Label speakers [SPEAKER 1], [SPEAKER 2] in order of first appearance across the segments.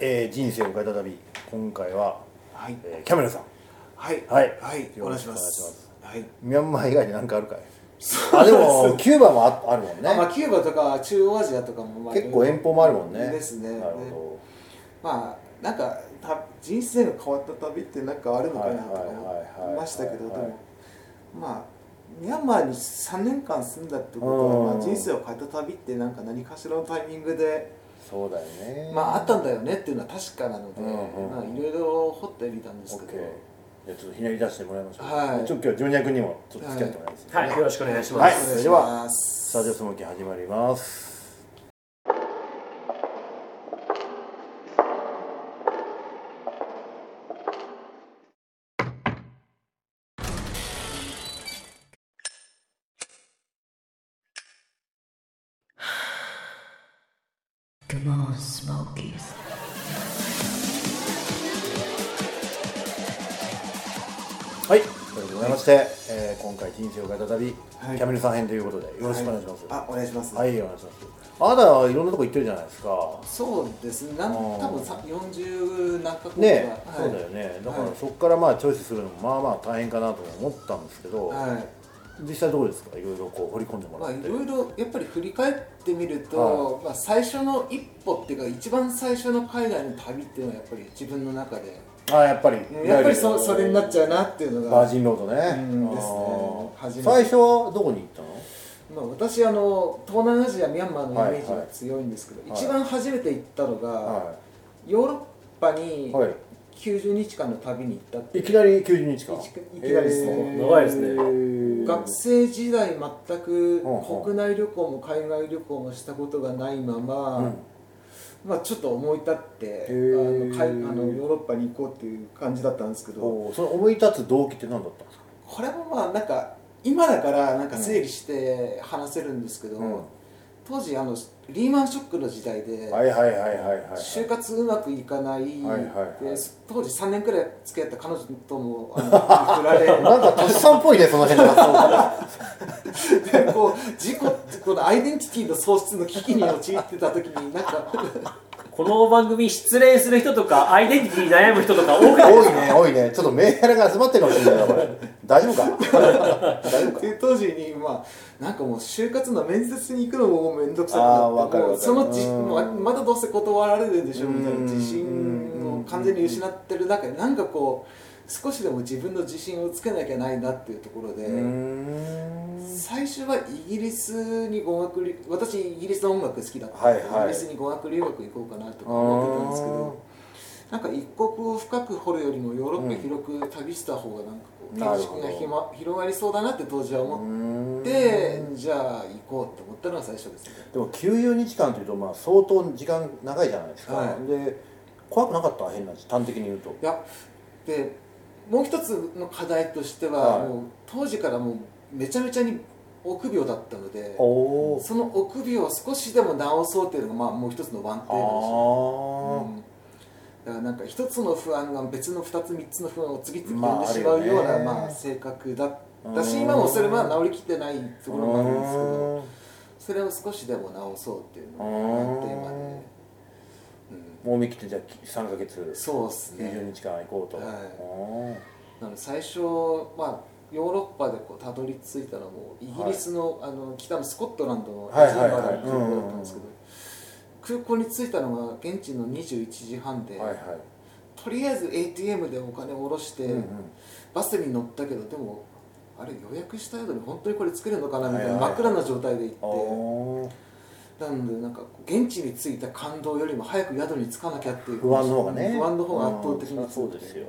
[SPEAKER 1] えー人生を変えた旅今回は、
[SPEAKER 2] はい
[SPEAKER 1] えーキャメルさん
[SPEAKER 2] はい
[SPEAKER 1] はい
[SPEAKER 2] はいお
[SPEAKER 1] よろ
[SPEAKER 2] 願い
[SPEAKER 1] し
[SPEAKER 2] し
[SPEAKER 1] くお願
[SPEAKER 2] ま
[SPEAKER 1] いします
[SPEAKER 2] すはい
[SPEAKER 1] ミャンマー以外で何かあるかい
[SPEAKER 2] そう
[SPEAKER 1] あで
[SPEAKER 2] そう
[SPEAKER 1] もキューバもああるもんね、
[SPEAKER 2] あまあキューバとか中央アジアとかもまあ
[SPEAKER 1] 結構遠方もあるもんね
[SPEAKER 2] ですね
[SPEAKER 1] なるほ
[SPEAKER 2] まあなんかた人生の変わった旅ってなんかあるのかなとか
[SPEAKER 1] はいはいはいはい
[SPEAKER 2] 思いましたけどで
[SPEAKER 1] はい
[SPEAKER 2] もまあミャンマーに3年間住んだってことは、
[SPEAKER 1] うん
[SPEAKER 2] まあ、人生を変えた旅ってなんか何かしらのタイミングで、
[SPEAKER 1] どそうだよね
[SPEAKER 2] まあ、あったんだよねっていうのは確かなので、
[SPEAKER 1] うんうん
[SPEAKER 2] まあ、いろいろ掘ってみたんですけど、
[SPEAKER 1] じゃあちょっとひねり出してもらいましょう
[SPEAKER 2] はい
[SPEAKER 1] ちょっと今日ジョニア君にもちょっと付き合ってもらいます、
[SPEAKER 3] はい、よろしくお願いし
[SPEAKER 1] は
[SPEAKER 3] ま
[SPEAKER 1] い
[SPEAKER 3] す。
[SPEAKER 2] お
[SPEAKER 1] それ
[SPEAKER 2] 願い
[SPEAKER 1] で
[SPEAKER 2] し
[SPEAKER 1] は
[SPEAKER 2] ます
[SPEAKER 1] スタジオスモーキー始まりますはいということでございまして、えー今回人生を変えた旅、
[SPEAKER 2] はい
[SPEAKER 1] キャメルさん編ということでよろしくお願いします、
[SPEAKER 2] あお願いします、
[SPEAKER 1] はい、お願いします。あなたはいろんなとこ行ってるじゃないですか。
[SPEAKER 2] そうですねなん
[SPEAKER 1] あー
[SPEAKER 2] 多分さ40何カ国
[SPEAKER 1] ね、
[SPEAKER 2] か
[SPEAKER 1] そうだよね。だから
[SPEAKER 2] はい
[SPEAKER 1] そこからまあチョイスするのもまあまあ大変かなとも思ったんですけど、
[SPEAKER 2] はい
[SPEAKER 1] 実際どうですか。いろいろこう掘り込んでも
[SPEAKER 2] ま
[SPEAKER 1] ら
[SPEAKER 2] あ、
[SPEAKER 1] っ
[SPEAKER 2] い
[SPEAKER 1] て。
[SPEAKER 2] ろいろやっぱり振り返ってみると、まあ、最初の一歩っていうか一番最初の海外の旅っていうのはやっぱり自分の中で
[SPEAKER 1] あ、やっぱり
[SPEAKER 2] うんやっぱりそそれになっちゃうなっていうのが
[SPEAKER 1] バージンロードね。
[SPEAKER 2] うんですね
[SPEAKER 1] あー
[SPEAKER 2] 初めて
[SPEAKER 1] 最初はどこに行ったの？
[SPEAKER 2] まあ、私あの東南アジアミャンマーのイメージ
[SPEAKER 1] はいは
[SPEAKER 2] が
[SPEAKER 1] い
[SPEAKER 2] 強いんですけど、
[SPEAKER 1] はい
[SPEAKER 2] 一番初めて行ったのが、
[SPEAKER 1] は
[SPEAKER 2] ヨーロッパに
[SPEAKER 1] い。は
[SPEAKER 2] 90日間の旅に行ったって
[SPEAKER 1] い。
[SPEAKER 2] い
[SPEAKER 1] いうきなり90日間。
[SPEAKER 2] いきいきなりですね
[SPEAKER 1] へー
[SPEAKER 3] 長いですね
[SPEAKER 2] 学生時代全く
[SPEAKER 1] ほうほう
[SPEAKER 2] 国内旅行も海外旅行もしたことがないまま、
[SPEAKER 1] うん
[SPEAKER 2] まあ、ちょっと思い立ってあ
[SPEAKER 1] ー
[SPEAKER 2] のかいあのヨーロッパに行こうっていう感じだったんですけど
[SPEAKER 1] おーその思い立つ動機って何だったんですか。
[SPEAKER 2] これもまあなんか今だからなんか整理して話せるんですけど、
[SPEAKER 1] うん
[SPEAKER 2] 当時あのリーマンショックの時代で、
[SPEAKER 1] はいはいはいはいはいはい。
[SPEAKER 2] 就活うまくいかない、
[SPEAKER 1] はいはいはい
[SPEAKER 2] で当時3年くらい付き合った彼女とも あの振られ
[SPEAKER 1] なんかとっさんっぽいねその辺の発想 が。
[SPEAKER 2] で こう自己このアイデンティティの喪失の危機に陥ってた時になんか
[SPEAKER 3] この番組失恋する人とか、アイデンティティに悩む人とか多くない
[SPEAKER 1] 多いね多いねちょっとメンヘラが集まってるかもしれないなこれ大丈夫か大丈夫
[SPEAKER 2] っ
[SPEAKER 1] か
[SPEAKER 2] ていう当時にまあなんかもう就活の面接に行くのも面倒くさく
[SPEAKER 1] あー
[SPEAKER 2] な
[SPEAKER 1] わ
[SPEAKER 2] っ
[SPEAKER 1] か
[SPEAKER 2] て
[SPEAKER 1] るわか
[SPEAKER 2] もう
[SPEAKER 1] る
[SPEAKER 2] そのじ
[SPEAKER 1] うん
[SPEAKER 2] ままだどうせ断られるでしょみたいな自信
[SPEAKER 1] う
[SPEAKER 2] を
[SPEAKER 1] ん
[SPEAKER 2] 完全に失ってる中でなんかこう少しでも自分の自信をつけなきゃないなっていうところで。
[SPEAKER 1] うーん
[SPEAKER 2] 最初はイギリスに語学留私イギリスの音楽好きだったんで、
[SPEAKER 1] はいはい
[SPEAKER 2] イギリスに語学留学行こうかなとか思ってたんですけどなんか一国を深く掘るよりもヨーロッパ広く旅した方がなんかこう
[SPEAKER 1] なる
[SPEAKER 2] 見
[SPEAKER 1] ほど
[SPEAKER 2] 識がひま広がりそうだなって当時は
[SPEAKER 1] う
[SPEAKER 2] 思
[SPEAKER 1] ーん
[SPEAKER 2] ってじゃあ行こうって思ったのが最初ですね
[SPEAKER 1] でも90日間というとまあ相当時間長いじゃないですか、
[SPEAKER 2] はい
[SPEAKER 1] で怖くなかった変な話端的に言うと
[SPEAKER 2] いやでもう一つの課題としては、
[SPEAKER 1] はい
[SPEAKER 2] もう当時からもうめちゃめちゃに臆病だったので
[SPEAKER 1] おお
[SPEAKER 2] その臆病を少しでも直そうっていうのがまあもう一つのワンテーマでし
[SPEAKER 1] あ
[SPEAKER 2] たねうんだからなんか一つの不安が別の二つ三つの不安を次々
[SPEAKER 1] まあ
[SPEAKER 2] 呼んでしまうよ
[SPEAKER 1] あ
[SPEAKER 2] う
[SPEAKER 1] るよ
[SPEAKER 2] な、
[SPEAKER 1] ね
[SPEAKER 2] まあ性格だった
[SPEAKER 1] う
[SPEAKER 2] し
[SPEAKER 1] ん
[SPEAKER 2] 今もそれは治りきってないところもあるんですけど
[SPEAKER 1] う
[SPEAKER 2] それを少しでも直そうっていうのが
[SPEAKER 1] うん
[SPEAKER 2] テーマで、
[SPEAKER 1] ーんもう見切ってじゃあ3ヶ月
[SPEAKER 2] うん、そうです
[SPEAKER 1] 90
[SPEAKER 2] ね
[SPEAKER 1] 日間行こうと、
[SPEAKER 2] はい
[SPEAKER 1] おー
[SPEAKER 2] なので最初まあヨーロッパでこうたどり着いたのもイギリスの,、あの北のスコットランドのエ
[SPEAKER 1] はい
[SPEAKER 2] ジンバルの空港だったんですけど、空港に着いたのが現地の21時半で、
[SPEAKER 1] はいはい
[SPEAKER 2] とりあえず ATM でお金を下ろして、
[SPEAKER 1] うんうん
[SPEAKER 2] バスに乗ったけどでもあれ予約した宿に本当にこれ作れるのかなみたいな
[SPEAKER 1] はいはい
[SPEAKER 2] 真っ暗な状態で行って
[SPEAKER 1] おー
[SPEAKER 2] なのでなんかこう現地に着いた感動よりも早く宿に着かなきゃっていう
[SPEAKER 1] 不安の方がね
[SPEAKER 2] 不安の方が圧倒的に
[SPEAKER 1] う
[SPEAKER 2] 強
[SPEAKER 1] ん
[SPEAKER 2] くて
[SPEAKER 1] そうですよ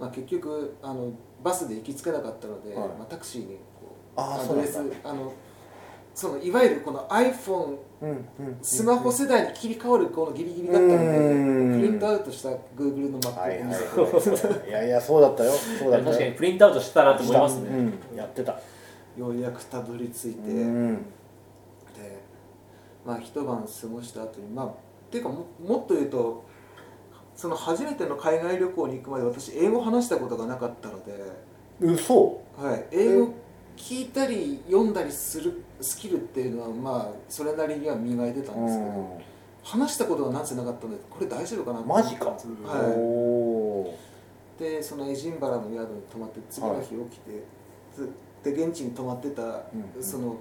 [SPEAKER 2] まあ、結局あのバスで行き着かなかったので、
[SPEAKER 1] はい
[SPEAKER 2] まあ、タクシーにこう
[SPEAKER 1] あー
[SPEAKER 2] アドレス
[SPEAKER 1] そうなん
[SPEAKER 2] あのそのいわゆるこの iPhone
[SPEAKER 1] うんうん
[SPEAKER 2] スマホ世代に切り替わるこのギリギリだったので
[SPEAKER 1] うん
[SPEAKER 2] プリントアウトした Google のマ
[SPEAKER 1] は
[SPEAKER 2] ッ
[SPEAKER 1] い
[SPEAKER 2] プを
[SPEAKER 1] は
[SPEAKER 2] 見せて
[SPEAKER 1] い、いやいやそうだったよそうだったよ
[SPEAKER 3] 確かにプリントアウトしたなと思います
[SPEAKER 1] した
[SPEAKER 3] ね。
[SPEAKER 1] うん、やってた
[SPEAKER 2] ようやくたどり着いて。
[SPEAKER 1] うん
[SPEAKER 2] で、まあ、一晩過ごした後にまあっていうかももっと言うとその初めての海外旅行に行くまで私英語話したことがなかったので、
[SPEAKER 1] 嘘
[SPEAKER 2] はい、英語聞いたり読んだりするスキルっていうのはまあそれなりには磨いてたんですけど、話したことがなんせなかったのでこれ大丈夫かなと思っ
[SPEAKER 1] マ
[SPEAKER 2] て
[SPEAKER 1] ジか、
[SPEAKER 2] は
[SPEAKER 1] おー
[SPEAKER 2] い、でそのエジンバラの宿に泊まって次の日起きて、ずで現地に泊まってた、
[SPEAKER 1] んうん
[SPEAKER 2] その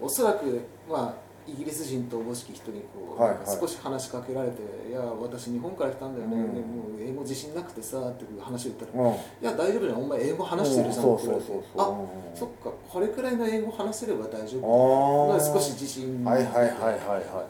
[SPEAKER 2] おそらくまあイギリス人とおぼしき人にこう、
[SPEAKER 1] はいはい
[SPEAKER 2] 少し話しかけられて「いや私日本から来たんだよね、
[SPEAKER 1] うん
[SPEAKER 2] でもう英語自信なくてさ」っていう話を言ったら「
[SPEAKER 1] うん
[SPEAKER 2] いや大丈夫じゃんお前英語話してるじゃん」
[SPEAKER 1] そ
[SPEAKER 2] っ
[SPEAKER 1] う
[SPEAKER 2] て言
[SPEAKER 1] そ
[SPEAKER 2] わ
[SPEAKER 1] う
[SPEAKER 2] れて
[SPEAKER 1] そうそ
[SPEAKER 2] 「
[SPEAKER 1] う
[SPEAKER 2] あそっかこれくらいの英語話せれば大丈夫」
[SPEAKER 1] あ
[SPEAKER 2] ま
[SPEAKER 1] あ
[SPEAKER 2] あ少し自信
[SPEAKER 1] はいはいはいはいは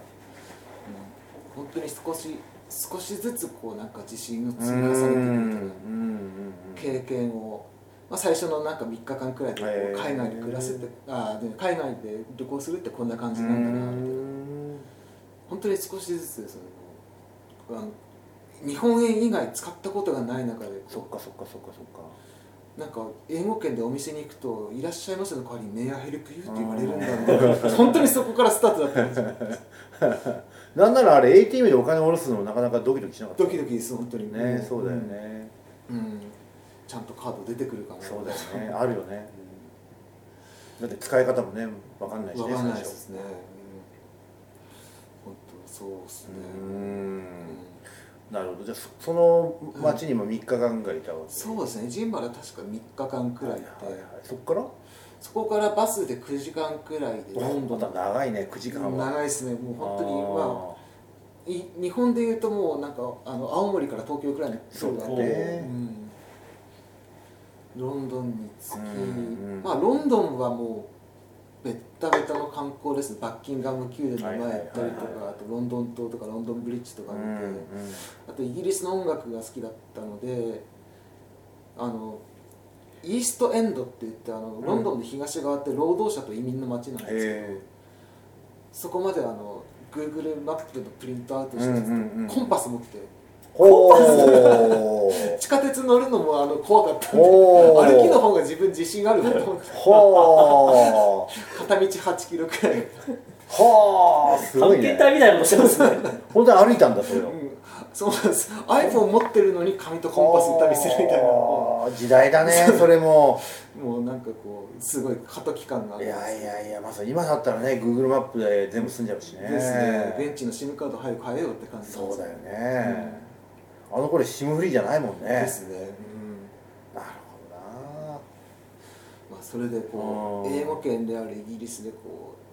[SPEAKER 2] 本当に少し少しずつこうなんか自信を
[SPEAKER 1] い
[SPEAKER 2] 積み重ねていくみ
[SPEAKER 1] うんうんうん
[SPEAKER 2] たいな経験を、まあ、最初のなんか3日間くらいでこう
[SPEAKER 1] へー
[SPEAKER 2] 海外で暮らせてあーで海外で旅行するってこんな感
[SPEAKER 1] う
[SPEAKER 2] じなんだなみたいなん本当に少しずつそのあの日本円以外使ったことがない中で
[SPEAKER 1] そっかそっかそっかそっか
[SPEAKER 2] なんか英語圏でお店に行くと「いらっしゃいませ」の代わりに「メアヘルクユー」って言われるんだな本当にそこからスタートだったんです よ
[SPEAKER 1] なんならあれ ATM でお金下ろすのもなかなかドキドキしなかった
[SPEAKER 2] ドキドキです本当に
[SPEAKER 1] ねそうだよね、
[SPEAKER 2] うんちゃんとカード出てくるかも
[SPEAKER 1] そうだよねあるよね、だって使い方もねわかんないし
[SPEAKER 2] わ
[SPEAKER 1] ね
[SPEAKER 2] かんないで
[SPEAKER 1] 最初
[SPEAKER 2] すね。本当そうですね。
[SPEAKER 1] う
[SPEAKER 2] うん
[SPEAKER 1] んなるほどじゃあそその町にも3日間ぐらいいたわけ、
[SPEAKER 2] そうですね。ジンバラ確か3日間くらいで、
[SPEAKER 1] はいはいはいそっから
[SPEAKER 2] そこからバスで9時間くらいでロン
[SPEAKER 1] ま
[SPEAKER 2] ドン
[SPEAKER 1] た長いね9時間は
[SPEAKER 2] 長いですね。もう本当にまあい日本で言うともうなんかあの青森から東京くらいの距離があ
[SPEAKER 1] そう
[SPEAKER 2] って
[SPEAKER 1] だ
[SPEAKER 2] う
[SPEAKER 1] ね
[SPEAKER 2] んロンドンに着き、
[SPEAKER 1] うんうん
[SPEAKER 2] まあロンドンはもうベッタベタの観光ですね。バッキンガム宮殿の前行ったりと
[SPEAKER 1] はいはいはい
[SPEAKER 2] か、あとロンドン島とかロンドンブリッジとか
[SPEAKER 1] う
[SPEAKER 2] 見て。
[SPEAKER 1] んうん
[SPEAKER 2] あとイギリスの音楽が好きだったのであのイーストエンドって言ってあの、
[SPEAKER 1] ん
[SPEAKER 2] ロンドンの東側って労働者と移民の街なんですけど、
[SPEAKER 1] へ
[SPEAKER 2] そこまであの Google マップのプリントアウト
[SPEAKER 1] え
[SPEAKER 2] して、コンパス持って
[SPEAKER 1] ほー
[SPEAKER 2] 地下鉄乗るのもあの怖かったんで
[SPEAKER 1] ほー
[SPEAKER 2] 歩きの方が自分自信があるなと思っ て
[SPEAKER 1] ほー
[SPEAKER 2] 片道8キロくらい、
[SPEAKER 1] ほーすごい
[SPEAKER 3] 探検隊
[SPEAKER 1] ね
[SPEAKER 3] みたいなことしてますね
[SPEAKER 1] 本当に歩いたんだそれ
[SPEAKER 2] う
[SPEAKER 1] を
[SPEAKER 2] ん、そうなんです iPhone 持ってるのに紙とコンパスの旅するみたいなも
[SPEAKER 1] ほー時代 だねそれも
[SPEAKER 2] うなんかこうすごい過渡期間があ
[SPEAKER 1] い
[SPEAKER 2] るんです
[SPEAKER 1] やいやいやまさに今だったらね Google マップで全部済んじゃうしね
[SPEAKER 2] ですね、現地の SIM カード早く変えようって感じなん
[SPEAKER 1] そうだよ
[SPEAKER 2] ね
[SPEAKER 1] ね、あの頃シムフリーじゃないもんね
[SPEAKER 2] ですね、
[SPEAKER 1] なるほどな
[SPEAKER 2] まあ、それでこう
[SPEAKER 1] うん
[SPEAKER 2] 英語圏であるイギリスでこ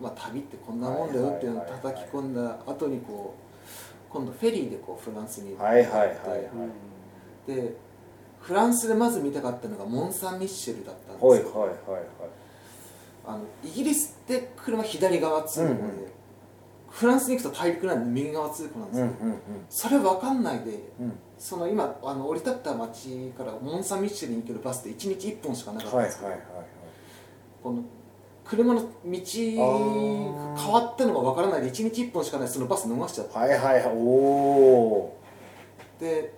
[SPEAKER 2] う、まあ、旅ってこんなもんだよっていうのを
[SPEAKER 1] はいはいはい
[SPEAKER 2] 叩き込んだ後にこう今度フェリーでこうフランスに行って、
[SPEAKER 1] はいはいはいはい
[SPEAKER 2] でフランスでまず見たかったのがモン・サン・ミッシェルだったんですよ、
[SPEAKER 1] はいはいはいはい
[SPEAKER 2] あのイギリスって車左側通行で、
[SPEAKER 1] うんうん
[SPEAKER 2] フランスに行くと大陸なんで右側通行なんです
[SPEAKER 1] うんう
[SPEAKER 2] よ、
[SPEAKER 1] ん
[SPEAKER 2] それ分かんないで
[SPEAKER 1] うん
[SPEAKER 2] その今あの降り立った町からモン・サン・ミッシェルに行けるバスって1日1本しかなかったん
[SPEAKER 1] はいはい
[SPEAKER 2] ですよ、
[SPEAKER 1] はいはい
[SPEAKER 2] この車の道が変わったのがわからないで1日1本しかないそのバス逃しちゃって
[SPEAKER 1] はいはいはいおお
[SPEAKER 2] で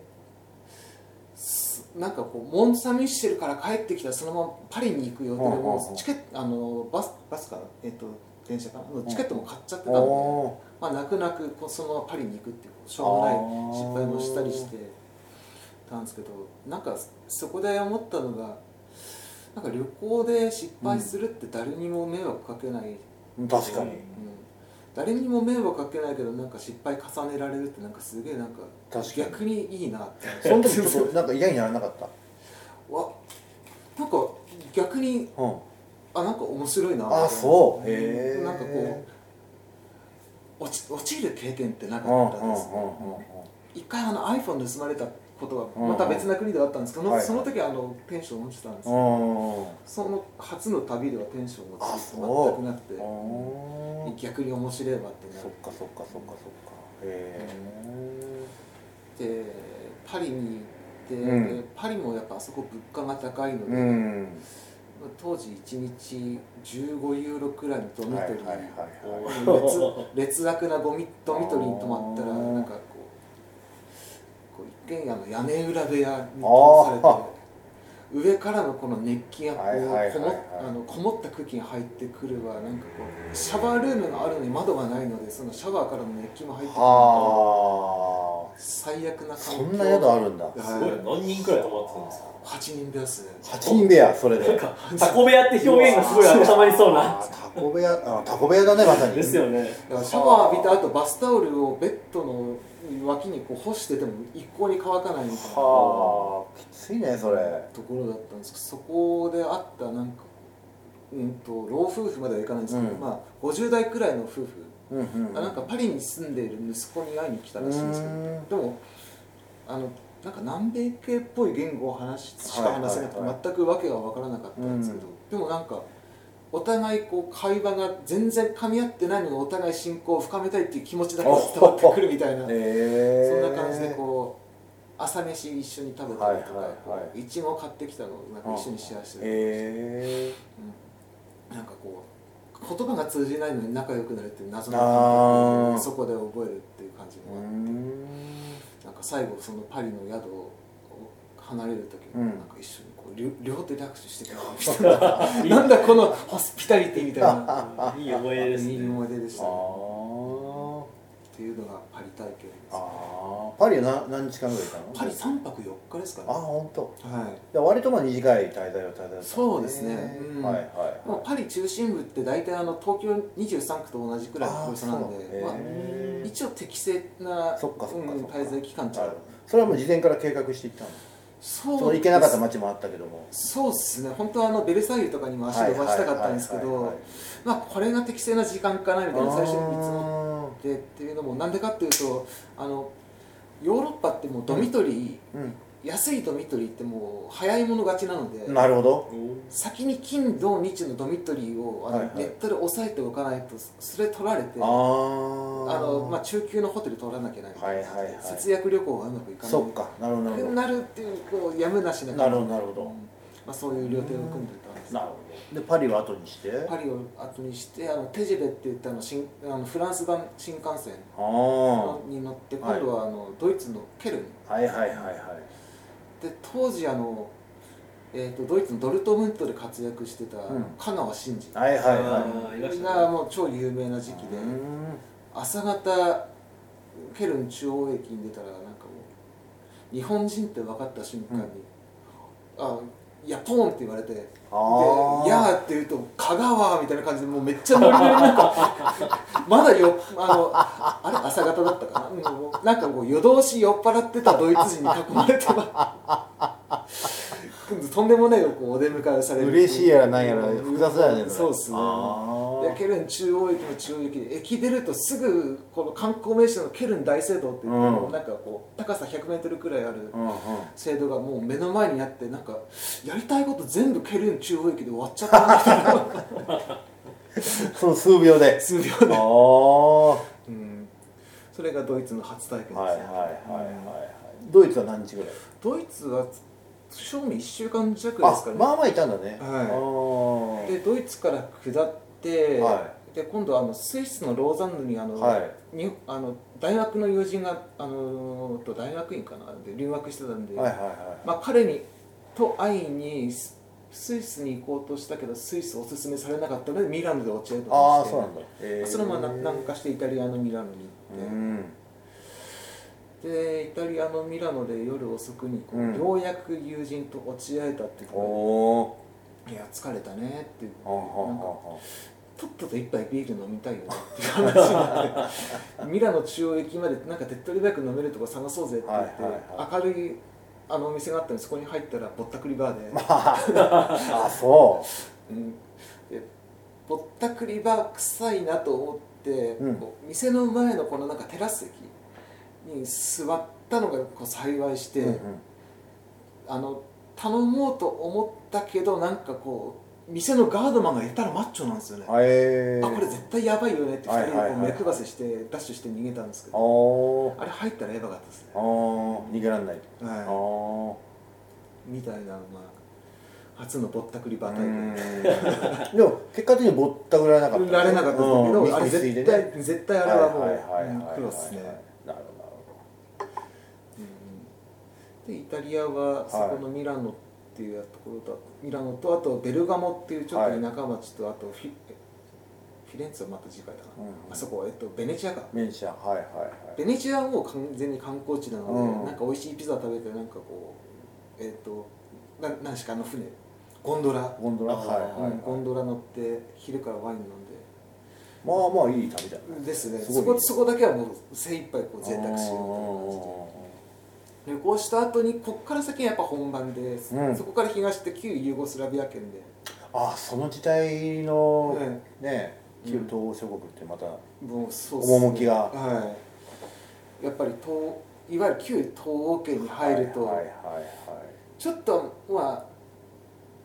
[SPEAKER 2] すなんかこうモン・サン・ミッシェルから帰ってきたらそのままパリに行く予定で
[SPEAKER 1] うんうんうん
[SPEAKER 2] もうチケットあのバスバスかなえっと電車かなのチケットも買っちゃってたんで、
[SPEAKER 1] お
[SPEAKER 2] まあ、泣く泣くこうそのままパリに行くっていうしょうもない
[SPEAKER 1] あー
[SPEAKER 2] 失敗もしたりしてたんですけどなんかそこで思ったのがなんか旅行で失敗するって誰にも迷惑かけない、うん
[SPEAKER 1] ー確かに
[SPEAKER 2] 誰にも迷惑かけないけどなんか失敗重ねられるってなんかすげえなんか
[SPEAKER 1] 確かに
[SPEAKER 2] 逆にいいなって
[SPEAKER 1] その時ちょっとなんか嫌にならなかった
[SPEAKER 2] わなんか逆に
[SPEAKER 1] うん
[SPEAKER 2] あなんか面白いな
[SPEAKER 1] あそうへえ
[SPEAKER 2] なんかこう落ち落ちる経験ってな
[SPEAKER 1] う
[SPEAKER 2] か
[SPEAKER 1] ん
[SPEAKER 2] った
[SPEAKER 1] うん
[SPEAKER 2] で
[SPEAKER 1] う
[SPEAKER 2] す
[SPEAKER 1] ん
[SPEAKER 2] ね、
[SPEAKER 1] うんうん
[SPEAKER 2] 一回あの iPhone 盗まれたことは
[SPEAKER 1] うんうん
[SPEAKER 2] また別な国ではあったんですけど、
[SPEAKER 1] はいはい
[SPEAKER 2] その時あのテンション落ちたんですよ、
[SPEAKER 1] うん
[SPEAKER 2] その初の旅ではテンション落
[SPEAKER 1] あ
[SPEAKER 2] ちて
[SPEAKER 1] そう
[SPEAKER 2] 全くなくて
[SPEAKER 1] うん
[SPEAKER 2] 逆に面白いわってな
[SPEAKER 1] そっかそっかそっかそっかへえ
[SPEAKER 2] ってパリに行って、
[SPEAKER 1] うん
[SPEAKER 2] でパリもやっぱあそこ物価が高いので、
[SPEAKER 1] うん
[SPEAKER 2] 当時1日15ユーロくらいのドミトリー、
[SPEAKER 1] はいはいはいはい
[SPEAKER 2] 劣劣悪なゴミドミトリーに泊まったら
[SPEAKER 1] うん
[SPEAKER 2] なんかこうこう一軒家の屋根裏部屋に
[SPEAKER 1] あー
[SPEAKER 2] 通されて上からのこの熱気がこ
[SPEAKER 1] はいはいはいう
[SPEAKER 2] こも
[SPEAKER 1] はい
[SPEAKER 2] あのこもった空気が入ってくるはなんかこうシャワールームがあるのに窓がないのでそのシャワーからの熱気も入ってくるので
[SPEAKER 1] はあ
[SPEAKER 2] 最悪な環境
[SPEAKER 1] そんな宿あるんだ
[SPEAKER 2] はい
[SPEAKER 4] すごいな何人くらい泊まってたんですか
[SPEAKER 2] 8人部屋ですね
[SPEAKER 1] 8人部屋それで
[SPEAKER 3] タコ部屋って表現がすごい当てはまりそうな
[SPEAKER 1] あータコ部屋あタコ部屋だねまさに
[SPEAKER 3] ですよね
[SPEAKER 2] だからシャワー浴びた後バスタオルをベッドの脇にこう干してても一向に乾かないみたいな
[SPEAKER 1] はあきついねそれ
[SPEAKER 2] ところだったんですけどそこであったなんか、うん、と老夫婦まではいかないんですけど、
[SPEAKER 1] うん
[SPEAKER 2] まあ、50代くらいの夫婦、
[SPEAKER 1] うんうん
[SPEAKER 2] あなんかパリに住んでいる息子に会いに来たらしいんですけ
[SPEAKER 1] うーん
[SPEAKER 2] どでもあのなんか南米系っぽい言語を話ししか話せなくて、
[SPEAKER 1] はいはいはい
[SPEAKER 2] 全く訳が分からなかったんですけど、でもなんかお互いこう会話が全然噛み合ってないのにお互い親交を深めたいっていう気持ちだけが伝わってくるみたいな。
[SPEAKER 1] え
[SPEAKER 2] そ
[SPEAKER 1] ー、
[SPEAKER 2] んな感じでこう朝飯一緒に食べた
[SPEAKER 1] はい
[SPEAKER 2] りとか
[SPEAKER 1] はいはい
[SPEAKER 2] こういちご買ってきたのをなんか一緒にシェアしてる、
[SPEAKER 1] え
[SPEAKER 2] うんなんかこう言葉が通じないのに仲良くなるっていう謎の
[SPEAKER 1] あー
[SPEAKER 2] 感覚そこで覚えるっていう感じ
[SPEAKER 1] ー、う
[SPEAKER 2] も
[SPEAKER 1] ー
[SPEAKER 2] あって、
[SPEAKER 1] ん
[SPEAKER 2] なんか最後そのパリの宿を離れる時
[SPEAKER 1] う
[SPEAKER 2] も
[SPEAKER 1] ん
[SPEAKER 2] なんか一緒にこう両両手で握手してたりと かなんだこのホスピタリティみたいな
[SPEAKER 3] いい思い出です
[SPEAKER 2] いい
[SPEAKER 3] ね
[SPEAKER 2] 思い出でし
[SPEAKER 1] あ
[SPEAKER 2] たね
[SPEAKER 1] ー
[SPEAKER 2] っていうのがパリ体験です
[SPEAKER 1] あーパリはな何日間ぐらいいたの
[SPEAKER 2] パリ3泊4日ですかね
[SPEAKER 1] あ本当。
[SPEAKER 2] はい
[SPEAKER 1] いや割とまあ短い滞在を滞在だったんね
[SPEAKER 2] そうですねうん
[SPEAKER 1] はいはい
[SPEAKER 2] もうパリ中心部って大体あの東京23区と同じくらいの広さなん
[SPEAKER 1] あーそう
[SPEAKER 2] で、まあ
[SPEAKER 1] へー
[SPEAKER 2] 一応適正な
[SPEAKER 1] そっかそっかそっか
[SPEAKER 2] うん滞在期間ちゃ
[SPEAKER 1] あ
[SPEAKER 2] う
[SPEAKER 1] それはもう事前から計画していったの
[SPEAKER 2] そ
[SPEAKER 1] その行けなかった街もあったけども
[SPEAKER 2] そうですね本当はあのベルサイユとかにも足伸ばしたかったんですけ
[SPEAKER 1] はいはいはい
[SPEAKER 2] ど
[SPEAKER 1] はい
[SPEAKER 2] まあこれが適正な時間かなみたいな最初に見積も
[SPEAKER 1] も
[SPEAKER 2] ってっていうのもなんでかっていうとあのヨーロッパってもうドミトリー、安いドミトリーってもう早い者勝ちなので
[SPEAKER 1] うんなるほど
[SPEAKER 2] 先に金土日のドミトリーをあの
[SPEAKER 1] はいはい
[SPEAKER 2] ネットで押さえておかないとそれ取られて
[SPEAKER 1] ああ
[SPEAKER 2] あのまあ、中級のホテル取らなきゃいけないみたいな感じで、
[SPEAKER 1] はいはいはい
[SPEAKER 2] 節約旅行がうまくいかない
[SPEAKER 1] そっかなるほどなるほ
[SPEAKER 2] なるっていうこうやむなしな
[SPEAKER 1] どな
[SPEAKER 2] 感じ
[SPEAKER 1] るほどなるほ
[SPEAKER 2] うん
[SPEAKER 1] ど
[SPEAKER 2] まあ、そういう料亭を組んでたんです
[SPEAKER 1] なるほどでパリは後にして
[SPEAKER 2] パリを後にしてあのテジェベって言ったの新あのフランス版新幹線
[SPEAKER 1] ああは
[SPEAKER 2] に乗って
[SPEAKER 1] はい
[SPEAKER 2] 今度はあのドイツのケルン
[SPEAKER 1] いはいはいはい
[SPEAKER 2] で当時あの、えー、とドイツのドルトムントで活躍してた、
[SPEAKER 1] うん
[SPEAKER 2] 香川真司
[SPEAKER 1] はいはいは
[SPEAKER 3] あーいましたね
[SPEAKER 2] がもう超有名な時期
[SPEAKER 1] い
[SPEAKER 2] で、
[SPEAKER 1] うん
[SPEAKER 2] 朝方ケルン中央駅に出たらなんかもう日本人って分かった瞬間に「あいやポーン!」って言われて「で
[SPEAKER 1] ああ
[SPEAKER 2] いや」って言うと「香川」みたいな感じでもうめっちゃノリノリになんか まだよあのあれ朝方だったかな、うんもうなんかもう夜通し酔っ払ってたドイツ人に囲まれてはとんでもないよこうお出迎えされるってう
[SPEAKER 1] 嬉しいやらなんやら複雑だよねれ
[SPEAKER 2] そうっすね
[SPEAKER 1] あ
[SPEAKER 2] でケルン中央駅の中央駅で駅出るとすぐこの観光名所のケルン大聖堂っていう、
[SPEAKER 1] うん
[SPEAKER 2] なんかこう高さ1 0 0ルくらいある
[SPEAKER 1] あうんうん
[SPEAKER 2] 聖堂がもう目の前にあってなんかやりたいこと全部ケルン中央駅で終わっちゃったなみたいな
[SPEAKER 1] その数秒で
[SPEAKER 2] 数秒
[SPEAKER 1] ああ
[SPEAKER 2] で、
[SPEAKER 1] は
[SPEAKER 2] うん、それがドイツの初体験
[SPEAKER 1] い
[SPEAKER 2] ですね、
[SPEAKER 1] はいはいはいドイツは何日ぐらい
[SPEAKER 2] ドイツは正味1週間弱で
[SPEAKER 1] あ
[SPEAKER 2] すかね
[SPEAKER 1] まあまあいたんだね
[SPEAKER 2] はでドイツから下って、
[SPEAKER 1] は
[SPEAKER 2] で今度はあのスイスのローザンヌにあの、
[SPEAKER 1] はい
[SPEAKER 2] にあの大学の友人があのと大学院かなで留学してたんで、
[SPEAKER 1] はいはいはい
[SPEAKER 2] まあ、彼にと会いにススイスに行こうとしたけどスイスおすすめされなかったのでミラノで落ち合うと
[SPEAKER 1] ああ
[SPEAKER 2] して
[SPEAKER 1] そうなんだへー
[SPEAKER 2] そのままな南下してイタリアのミラノに
[SPEAKER 1] う
[SPEAKER 2] 行って、
[SPEAKER 1] ん
[SPEAKER 2] でイタリアのミラノで夜遅くにこう、
[SPEAKER 1] うん
[SPEAKER 2] ようやく友人と落ち合えたって
[SPEAKER 1] お
[SPEAKER 2] こ
[SPEAKER 1] お
[SPEAKER 2] とでいや疲れたねって言って
[SPEAKER 1] はんは
[SPEAKER 2] なんんか
[SPEAKER 1] はんは
[SPEAKER 2] とっとと一杯ビール飲みたいよねっていう話にな ってミラノ中央駅までなんか手っ取り早く飲めるとこ探そうぜって言って、
[SPEAKER 1] はいはいは
[SPEAKER 2] 明るいあのお店があったのでそこに入ったらぼったくりバーで,、
[SPEAKER 1] んあそ
[SPEAKER 2] うん、でぼったくりバー臭いなと思って、
[SPEAKER 1] うん
[SPEAKER 2] こう店の前のこのなんかテラス席に座ったのがこう幸いし
[SPEAKER 1] う
[SPEAKER 2] て、
[SPEAKER 1] うんうん
[SPEAKER 2] あの頼もうと思ったけどなんかこう店のガードマンがやたらマッチョなんですよね。
[SPEAKER 1] あえー
[SPEAKER 2] あこれ絶対やばいよねって
[SPEAKER 1] はいは
[SPEAKER 2] 2
[SPEAKER 1] い
[SPEAKER 2] 人で
[SPEAKER 1] はい
[SPEAKER 2] こう目配せしてダッシュして逃げたんですけ
[SPEAKER 1] あ
[SPEAKER 2] ど
[SPEAKER 1] ー
[SPEAKER 2] あれ入ったらやばかったですね
[SPEAKER 1] あー逃げらんないあ
[SPEAKER 2] は
[SPEAKER 1] ー
[SPEAKER 2] いみたいなまあ初のぼったくりバー
[SPEAKER 1] う
[SPEAKER 2] タイ ム
[SPEAKER 1] ーんでも結果的にぼったくられなかった
[SPEAKER 2] られなかったですけど、
[SPEAKER 1] うん
[SPEAKER 2] あれ
[SPEAKER 1] ミスミス
[SPEAKER 2] 絶
[SPEAKER 1] いでね
[SPEAKER 2] 対絶対あれはもううん苦労っすね
[SPEAKER 1] なるほどなるほど
[SPEAKER 2] うんでイタリアはそこのミラノっていうところとミラノとあとベルガモっていうちょっと田舎町と、あとフィフィレンツェはまた次回だな、
[SPEAKER 1] うん
[SPEAKER 2] あそこ、えっと、ベネチアか
[SPEAKER 1] メンシャンはいはいはい
[SPEAKER 2] ベネチアはもう完全に観光地なので、
[SPEAKER 1] うん
[SPEAKER 2] なんか美味しいピザ食べてなんかこうえっ、とな何しかあの船ゴンドラ、
[SPEAKER 1] ゴンドラ
[SPEAKER 4] あ
[SPEAKER 1] はい
[SPEAKER 4] ー
[SPEAKER 1] はい、はい
[SPEAKER 2] うんゴンドラ乗って昼からワイン飲んで
[SPEAKER 1] まあまあいい旅だね
[SPEAKER 2] ですね
[SPEAKER 1] す
[SPEAKER 2] そ
[SPEAKER 1] ごい
[SPEAKER 2] こそこだけはもう精一杯こう贅沢しようという感じで旅行した後にこっから先はやっぱ本番です、
[SPEAKER 1] うん
[SPEAKER 2] そこから東って旧ユーゴスラビア圏で
[SPEAKER 1] ああその時代の
[SPEAKER 2] え
[SPEAKER 1] ね
[SPEAKER 2] うん
[SPEAKER 1] 旧東欧諸国ってまた、
[SPEAKER 2] もうそう
[SPEAKER 1] 趣が
[SPEAKER 2] はいやっぱり東いわゆる旧東欧圏に入ると、
[SPEAKER 1] はいはいはい
[SPEAKER 2] ちょっとまあ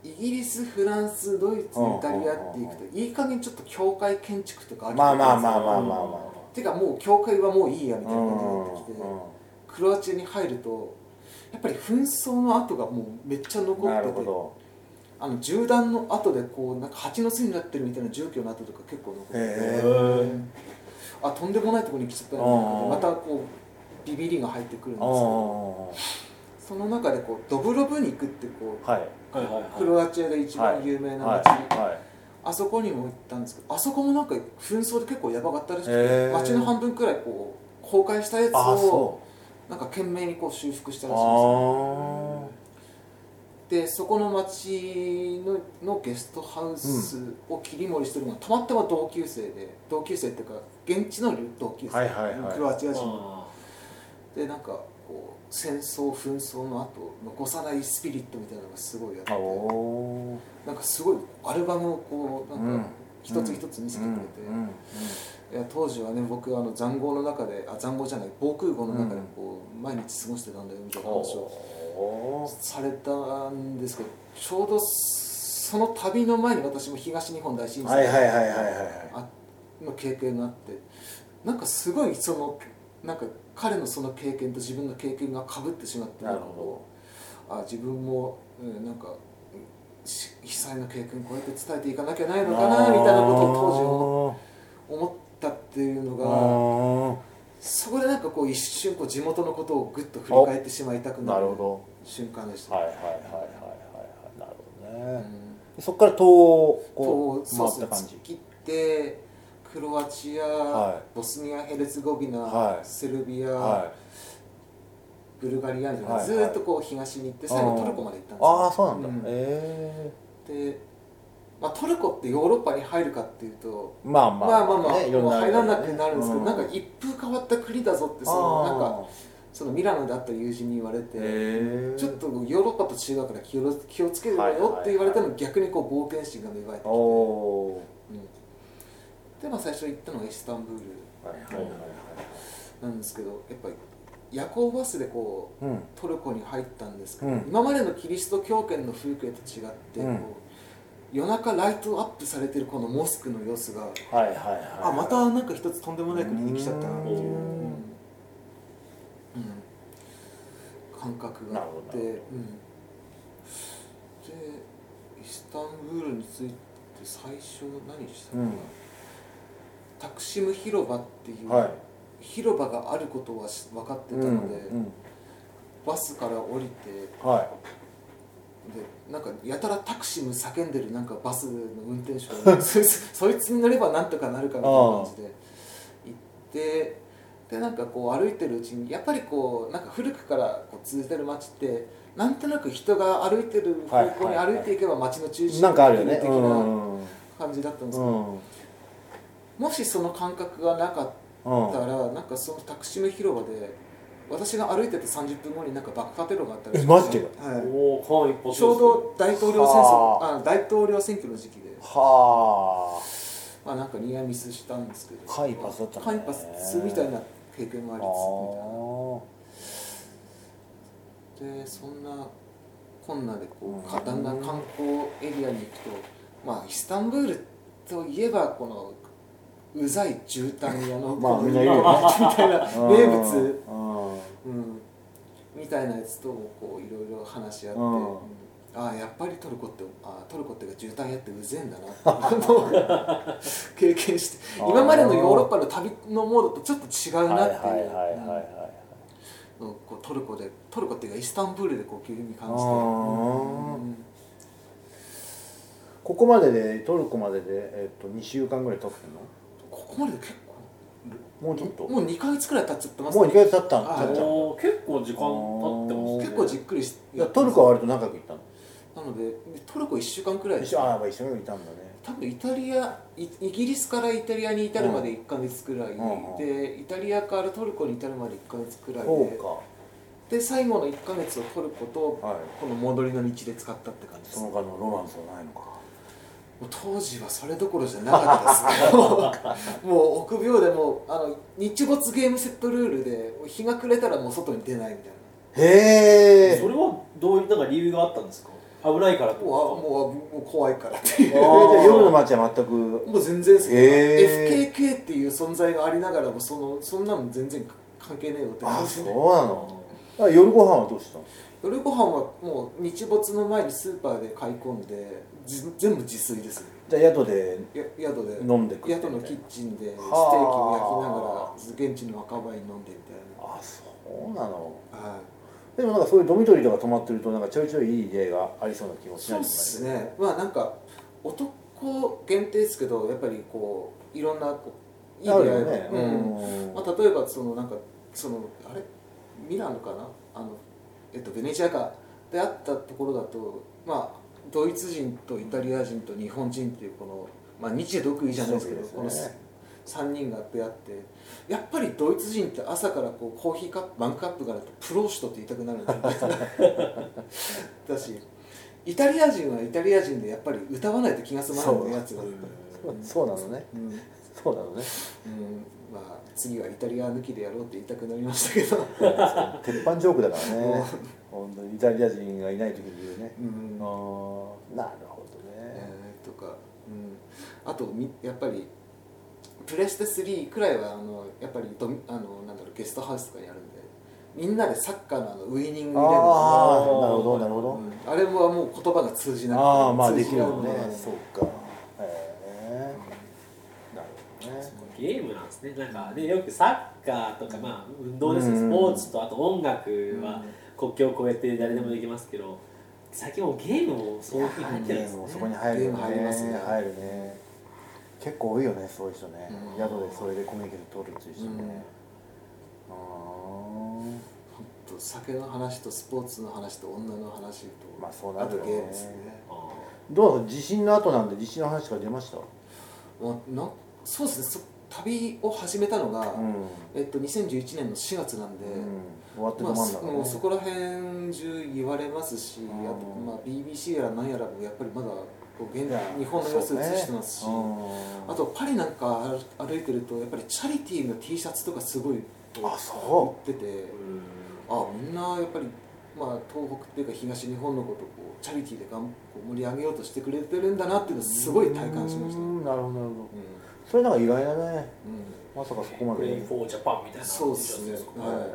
[SPEAKER 2] イギリスフランスドイツイタリアっていくといい加減ちょっと教会建築とか
[SPEAKER 1] は
[SPEAKER 2] 飽
[SPEAKER 1] い
[SPEAKER 2] きてく
[SPEAKER 1] まあ
[SPEAKER 2] るんです
[SPEAKER 1] ま
[SPEAKER 2] よ
[SPEAKER 1] あまあまあまあま
[SPEAKER 2] てかもう教会はもういいやみ
[SPEAKER 1] あ
[SPEAKER 2] たいな感じになってきて、クロアチアに入るとやっぱり紛争の跡がもうめっちゃ残
[SPEAKER 1] うんな
[SPEAKER 2] っ
[SPEAKER 1] る
[SPEAKER 2] て
[SPEAKER 1] ほ
[SPEAKER 2] て
[SPEAKER 1] ど
[SPEAKER 2] あの銃弾の跡でこうなんか蜂の巣になってるみたいな住居の跡とか結構残ってて、
[SPEAKER 1] へ
[SPEAKER 2] あとんでもないところに来ちゃったな
[SPEAKER 1] うん
[SPEAKER 2] またこうビビりが入ってくるんです
[SPEAKER 1] あ
[SPEAKER 2] けど
[SPEAKER 1] あ
[SPEAKER 2] その中でこうドブロブニクってこう
[SPEAKER 1] はい
[SPEAKER 4] はいはいはい
[SPEAKER 2] クロアチアで一番有名な
[SPEAKER 1] は
[SPEAKER 2] 街、
[SPEAKER 1] いはい
[SPEAKER 2] あそこにも行ったんですけどあそこもなんか紛争で結構やばかったらしくて、
[SPEAKER 1] へー
[SPEAKER 2] 街の半分くらいこう崩壊したやつ
[SPEAKER 1] ああ
[SPEAKER 2] を
[SPEAKER 1] そ
[SPEAKER 2] なんか懸命にこう修復した
[SPEAKER 1] う
[SPEAKER 2] らしいんですよ
[SPEAKER 1] あ
[SPEAKER 2] でそこの町ののゲストハウスを切り盛りしてるのがたまたま同級生で同級生っていうか現地の同級生、
[SPEAKER 1] はいはいはい
[SPEAKER 2] クロアチア人の
[SPEAKER 4] あ
[SPEAKER 2] でなんかこう戦争紛争の後残さないスピリットみたいなのがすごいあって
[SPEAKER 1] あおー
[SPEAKER 2] なんかすごいアルバムをこうなん
[SPEAKER 1] うん
[SPEAKER 2] か一つ一つ見せてくれて、
[SPEAKER 1] うんうん
[SPEAKER 2] いや当時はね僕はあの塹壕の中であ塹壕じゃない防空壕の中でこう、毎日過ごしてたんだよみたいな話を
[SPEAKER 1] おー
[SPEAKER 2] されたんですけどちょうどその旅の前に私も東日本大震
[SPEAKER 1] はい
[SPEAKER 2] 災
[SPEAKER 1] はいはいはいはいはい
[SPEAKER 2] あの経験があってなんかすごいそのなんか彼のその経験と自分の経験がかぶってしまって
[SPEAKER 1] なる
[SPEAKER 2] んか
[SPEAKER 1] ほ
[SPEAKER 2] こうあ自分も、うん、なんかし被災の経験こうやって伝えていかなきゃないのかなみたいなことを当時思思ったっていうのが
[SPEAKER 1] 当
[SPEAKER 2] そこでなんかこう一瞬こう地元のことをぐっと振り返ってしまいたく
[SPEAKER 1] 時
[SPEAKER 2] な
[SPEAKER 1] な
[SPEAKER 2] る
[SPEAKER 1] るほ
[SPEAKER 2] 瞬間でし
[SPEAKER 1] ど
[SPEAKER 2] た。
[SPEAKER 1] はいはいはいはいはいはいなるほど
[SPEAKER 2] う
[SPEAKER 1] ね
[SPEAKER 2] ん
[SPEAKER 1] そこから東欧
[SPEAKER 2] こ
[SPEAKER 1] こう
[SPEAKER 2] うそ
[SPEAKER 1] 回
[SPEAKER 2] う
[SPEAKER 1] っ
[SPEAKER 2] そ
[SPEAKER 1] た
[SPEAKER 2] う
[SPEAKER 1] 感
[SPEAKER 2] 突
[SPEAKER 1] じ
[SPEAKER 2] き切ってクロアチア、
[SPEAKER 1] は
[SPEAKER 2] ボスニアヘルツェゴビナ、
[SPEAKER 1] はい
[SPEAKER 2] セルビア、
[SPEAKER 1] は
[SPEAKER 2] ブルガリアみたいな、
[SPEAKER 1] はいはい
[SPEAKER 2] ずーっとこう東に行って最後
[SPEAKER 1] うん
[SPEAKER 2] トルコまで行った
[SPEAKER 1] い
[SPEAKER 2] んですよ
[SPEAKER 1] ああそうなんだ、え
[SPEAKER 2] で、まあ、トルコってヨーロッパに入るかっていうと
[SPEAKER 1] えまあま
[SPEAKER 2] ま
[SPEAKER 1] あ
[SPEAKER 2] あまあまあ、
[SPEAKER 1] ねいろん
[SPEAKER 2] もう
[SPEAKER 1] な
[SPEAKER 2] 入らなくなるんですけど、
[SPEAKER 1] う
[SPEAKER 2] なんか一風変わった国だぞってそのなんか
[SPEAKER 1] あー
[SPEAKER 2] そのミラノで会った友人に言われて、
[SPEAKER 1] ええ
[SPEAKER 2] ちょっとヨーロッパと違うから気を気をつけるわよって言われたのに逆にこう冒険心が芽生えてきて、
[SPEAKER 1] おお
[SPEAKER 2] うんでまあ最初行ったのがイスタンブール
[SPEAKER 1] ーはいはいはいはい
[SPEAKER 2] なんですけどやっぱり夜行バスでこう
[SPEAKER 1] うん
[SPEAKER 2] トルコに入ったんですけど、
[SPEAKER 1] うん
[SPEAKER 2] 今までのキリスト教圏の風景と違って、
[SPEAKER 1] うん
[SPEAKER 2] こう夜中ライトアップされてるこのモスクの様子が
[SPEAKER 1] はいはいはい
[SPEAKER 2] あまたなんか一つとんでもない国に来ちゃったなっていう
[SPEAKER 1] うーん
[SPEAKER 2] うんうん感覚があっ
[SPEAKER 1] な
[SPEAKER 2] て、
[SPEAKER 1] る
[SPEAKER 2] う
[SPEAKER 1] ほ
[SPEAKER 2] ん
[SPEAKER 1] ど、
[SPEAKER 2] でイスタンブールについて最初何したかな、
[SPEAKER 1] うん
[SPEAKER 2] タクシム広場っていう、
[SPEAKER 1] はい
[SPEAKER 2] 広場があることはし分かってた
[SPEAKER 1] うん
[SPEAKER 2] ので、
[SPEAKER 1] うん
[SPEAKER 2] バスから降りて
[SPEAKER 1] はい
[SPEAKER 2] でなんかやたらタクシム叫んでるなんかバスの運転手が そいつそいつに乗ればなんとかなるかみたいな感じで行ってでなんかこう歩いてるうちにやっぱりこうなんか古くからこう続いてる街ってなんとなく人が歩いてる方向
[SPEAKER 1] は
[SPEAKER 2] に
[SPEAKER 1] いはいはい
[SPEAKER 2] 歩いていけば街の中心
[SPEAKER 1] なんかあるよね
[SPEAKER 2] 的
[SPEAKER 1] う
[SPEAKER 2] なん感じだったんですけ
[SPEAKER 1] う
[SPEAKER 2] ど、
[SPEAKER 1] んうん
[SPEAKER 2] もしその感覚がなかっ
[SPEAKER 1] うん
[SPEAKER 2] たらなんかそのタクシム広場で私が歩いてて30分後になんか爆破テロがあったらしくて
[SPEAKER 1] えマジで
[SPEAKER 2] はい
[SPEAKER 4] おお間一歩
[SPEAKER 2] ちょうど大統領戦争
[SPEAKER 1] は
[SPEAKER 2] あ大統領選挙の時期で、
[SPEAKER 1] は
[SPEAKER 2] まあ、なんかニアミスしたんですけど
[SPEAKER 1] あ間一髪だったね
[SPEAKER 2] 間一髪するみたいな経験もあ
[SPEAKER 1] あ
[SPEAKER 2] り
[SPEAKER 1] ー
[SPEAKER 2] つつみたいなでそんなこんなでこ
[SPEAKER 1] うん
[SPEAKER 2] うだんだん観光エリアに行くとまあイスタンブールといえばこのうざい絨毯屋の
[SPEAKER 1] まあ
[SPEAKER 2] こう
[SPEAKER 1] みんな言うよね
[SPEAKER 2] みたいな名
[SPEAKER 1] うんう
[SPEAKER 2] 物、
[SPEAKER 1] ん
[SPEAKER 2] うん、みたいなやつともこういろいろ話し合って、
[SPEAKER 1] うん
[SPEAKER 2] うんああやっぱりトルコってああトルコっていうか絨毯屋ってうぜえんだなっていうのを 経験して
[SPEAKER 1] あー
[SPEAKER 2] 今までのヨーロッパの旅のモードとちょっと違うな
[SPEAKER 1] はいはい
[SPEAKER 2] って
[SPEAKER 1] はいいはいうは
[SPEAKER 2] うん
[SPEAKER 1] い
[SPEAKER 2] のこうトルコでトルコっていうかイスタンブールでこう急に感じて、
[SPEAKER 1] あー
[SPEAKER 2] うん
[SPEAKER 1] ここまででトルコまでで、えっと2週間ぐらい経ってんの
[SPEAKER 2] ここまでで結
[SPEAKER 1] もうちょっと
[SPEAKER 2] 構
[SPEAKER 1] も
[SPEAKER 2] もう2ヶ月くらい経っちゃってます
[SPEAKER 1] う2ヶ月経ったん
[SPEAKER 2] あ
[SPEAKER 1] 経っちゃう
[SPEAKER 4] おー結構時間経ってますね
[SPEAKER 2] 結構じっくりし
[SPEAKER 1] いやトルコは割と長く行ったの
[SPEAKER 2] なのでトルコ1週間くらい
[SPEAKER 1] 一緒ああやっぱ一緒にいたんだね
[SPEAKER 2] 多分イタリアイイギリスからイタリアに至るまで1ヶ月くらい、
[SPEAKER 1] うんうん
[SPEAKER 2] でイタリアからトルコに至るまで1ヶ月くらい
[SPEAKER 1] そう
[SPEAKER 2] で
[SPEAKER 1] か
[SPEAKER 2] で最後の1ヶ月をトルコと
[SPEAKER 1] はい
[SPEAKER 2] この戻りの道で使ったって感じです
[SPEAKER 1] その他のロマンスはないのか
[SPEAKER 2] もう当時はそれどころじゃなか ったですねもうもう臆病でもうあの日没ゲームセットルールで日が暮れたらもう外に出ないみたいな
[SPEAKER 1] へえ
[SPEAKER 4] それはどういうなんか理由があったんですか危ないからと
[SPEAKER 2] もうあ
[SPEAKER 4] か
[SPEAKER 2] もうもう怖いからっていう
[SPEAKER 1] えじゃあ夜の街は全く
[SPEAKER 2] もう全然好き、
[SPEAKER 1] へ
[SPEAKER 2] FKK っていう存在がありながらもそのそんなの全然関係ねえよって
[SPEAKER 1] あ
[SPEAKER 2] 感
[SPEAKER 1] あ
[SPEAKER 2] じ
[SPEAKER 1] そ
[SPEAKER 2] で
[SPEAKER 1] うなのあ夜ご飯はどうしたの
[SPEAKER 2] 夜ご飯はもう日没の前にスーパーで買い込んでじ全部自炊ですね
[SPEAKER 1] じゃあ宿で
[SPEAKER 2] や宿で
[SPEAKER 1] 飲んで食って
[SPEAKER 2] 宿のキッチンでステーキ
[SPEAKER 1] はあ
[SPEAKER 2] を焼きながら現地の若葉に飲んでみた
[SPEAKER 1] あそうなの
[SPEAKER 2] いな、はい、
[SPEAKER 1] でもなんかそういうドミトリーとか泊まってるとなんかちょいちょいいい例がありそうな気もし
[SPEAKER 2] そ
[SPEAKER 1] ないでもな
[SPEAKER 2] うで
[SPEAKER 1] い
[SPEAKER 2] すねまあなんか男限定ですけどやっぱりこういろんなこういい出
[SPEAKER 1] あ
[SPEAKER 2] 会
[SPEAKER 1] る
[SPEAKER 2] い
[SPEAKER 1] よ
[SPEAKER 2] が
[SPEAKER 1] ね
[SPEAKER 2] うん
[SPEAKER 1] うん
[SPEAKER 2] まあ、例えばそのなんかそのあれミラノかなあの、えっと、ベネチアかであったところだと、まあ、ドイツ人とイタリア人と日本人っていうこの、まあ、日独位じゃないですけど
[SPEAKER 1] そう
[SPEAKER 2] こ
[SPEAKER 1] で
[SPEAKER 2] の
[SPEAKER 1] すね
[SPEAKER 2] 3人が出会ってやっぱりドイツ人って朝からこうコーヒーカップワンカップからとプローシュトって言いたくなるんですよ だしイタリア人はイタリア人でやっぱり歌わないと気が済まないってやつが、
[SPEAKER 1] そうそうなのね
[SPEAKER 2] うん
[SPEAKER 1] そうなのね
[SPEAKER 2] うんまあ、次はイタリア抜きでやろうって言いたくなりましたけど、
[SPEAKER 1] 鉄板ジョークだからね本当にイタリア人がいない時に言うね
[SPEAKER 2] うん
[SPEAKER 1] ああなるほどね
[SPEAKER 2] えーとか、うん、あとみやっぱりプレステ3くらいはあのやっぱりドミあのなんだろうゲストハウスとかにあるんでみんなでサッカーのあのウイニングイレブンと
[SPEAKER 1] ああ
[SPEAKER 2] か
[SPEAKER 1] なるほどなるほど
[SPEAKER 2] うんあれももう言葉が通じなくて
[SPEAKER 1] ああまあ
[SPEAKER 2] 通
[SPEAKER 1] で
[SPEAKER 2] じ
[SPEAKER 1] きる
[SPEAKER 2] 合う
[SPEAKER 1] もんね
[SPEAKER 2] ものなんで
[SPEAKER 1] そうかへえなるほどね
[SPEAKER 3] ゲームなんですねなんかでよくサッカーとか、まあ、運動ですね
[SPEAKER 1] うん
[SPEAKER 3] スポーツとあと音楽は国境を越えて誰でもできますけど最近もうゲームもそういうふうに入ってるんです
[SPEAKER 1] そ
[SPEAKER 3] ね
[SPEAKER 1] こに入るよね
[SPEAKER 2] ゲーム入りますね
[SPEAKER 1] 入るね結構多いよねそういう人ね
[SPEAKER 2] うん
[SPEAKER 1] 宿でそれでコミュニケーション取るっていう人もねあ
[SPEAKER 2] ほんと酒の話とスポーツの話と女の話と、
[SPEAKER 1] まあそうなるよね
[SPEAKER 2] とゲームですね
[SPEAKER 3] あ
[SPEAKER 1] ーどうなの地震の後なんで地震の話が出ました
[SPEAKER 2] まあなそうですねそ旅を始めたのが、
[SPEAKER 1] うん
[SPEAKER 2] えっと、2011年の4月なんで、
[SPEAKER 1] うん終わって
[SPEAKER 2] ま
[SPEAKER 1] 止
[SPEAKER 2] あ、
[SPEAKER 1] まんだ
[SPEAKER 2] そ
[SPEAKER 1] から
[SPEAKER 2] も
[SPEAKER 1] ね
[SPEAKER 2] うそこら辺中言われますし、
[SPEAKER 1] ん
[SPEAKER 2] あと、まあ、BBC やら何やらもやっぱりまだこう現
[SPEAKER 1] いや
[SPEAKER 2] 日本の様子
[SPEAKER 1] そう
[SPEAKER 2] 映
[SPEAKER 1] ね
[SPEAKER 2] してますし、
[SPEAKER 1] うん
[SPEAKER 2] あとパリなんか歩歩いてるとやっぱりチャリティーの T シャツとかすごいこ
[SPEAKER 1] あそう
[SPEAKER 2] 売っててあみんなやっぱり、まあ、東北っていうか東日本のことをこうチャリティーでがんこう盛り上げようとしてくれてるんだなっていうのをすごい体感しました。
[SPEAKER 1] う
[SPEAKER 2] うん
[SPEAKER 1] んなるほどなるほどそれなんか意外だね
[SPEAKER 2] うん
[SPEAKER 1] まさかそこま
[SPEAKER 4] プ
[SPEAKER 1] で
[SPEAKER 4] レイ
[SPEAKER 1] ね
[SPEAKER 4] フォージャパンみたいな
[SPEAKER 2] そうですね
[SPEAKER 4] やつか
[SPEAKER 2] は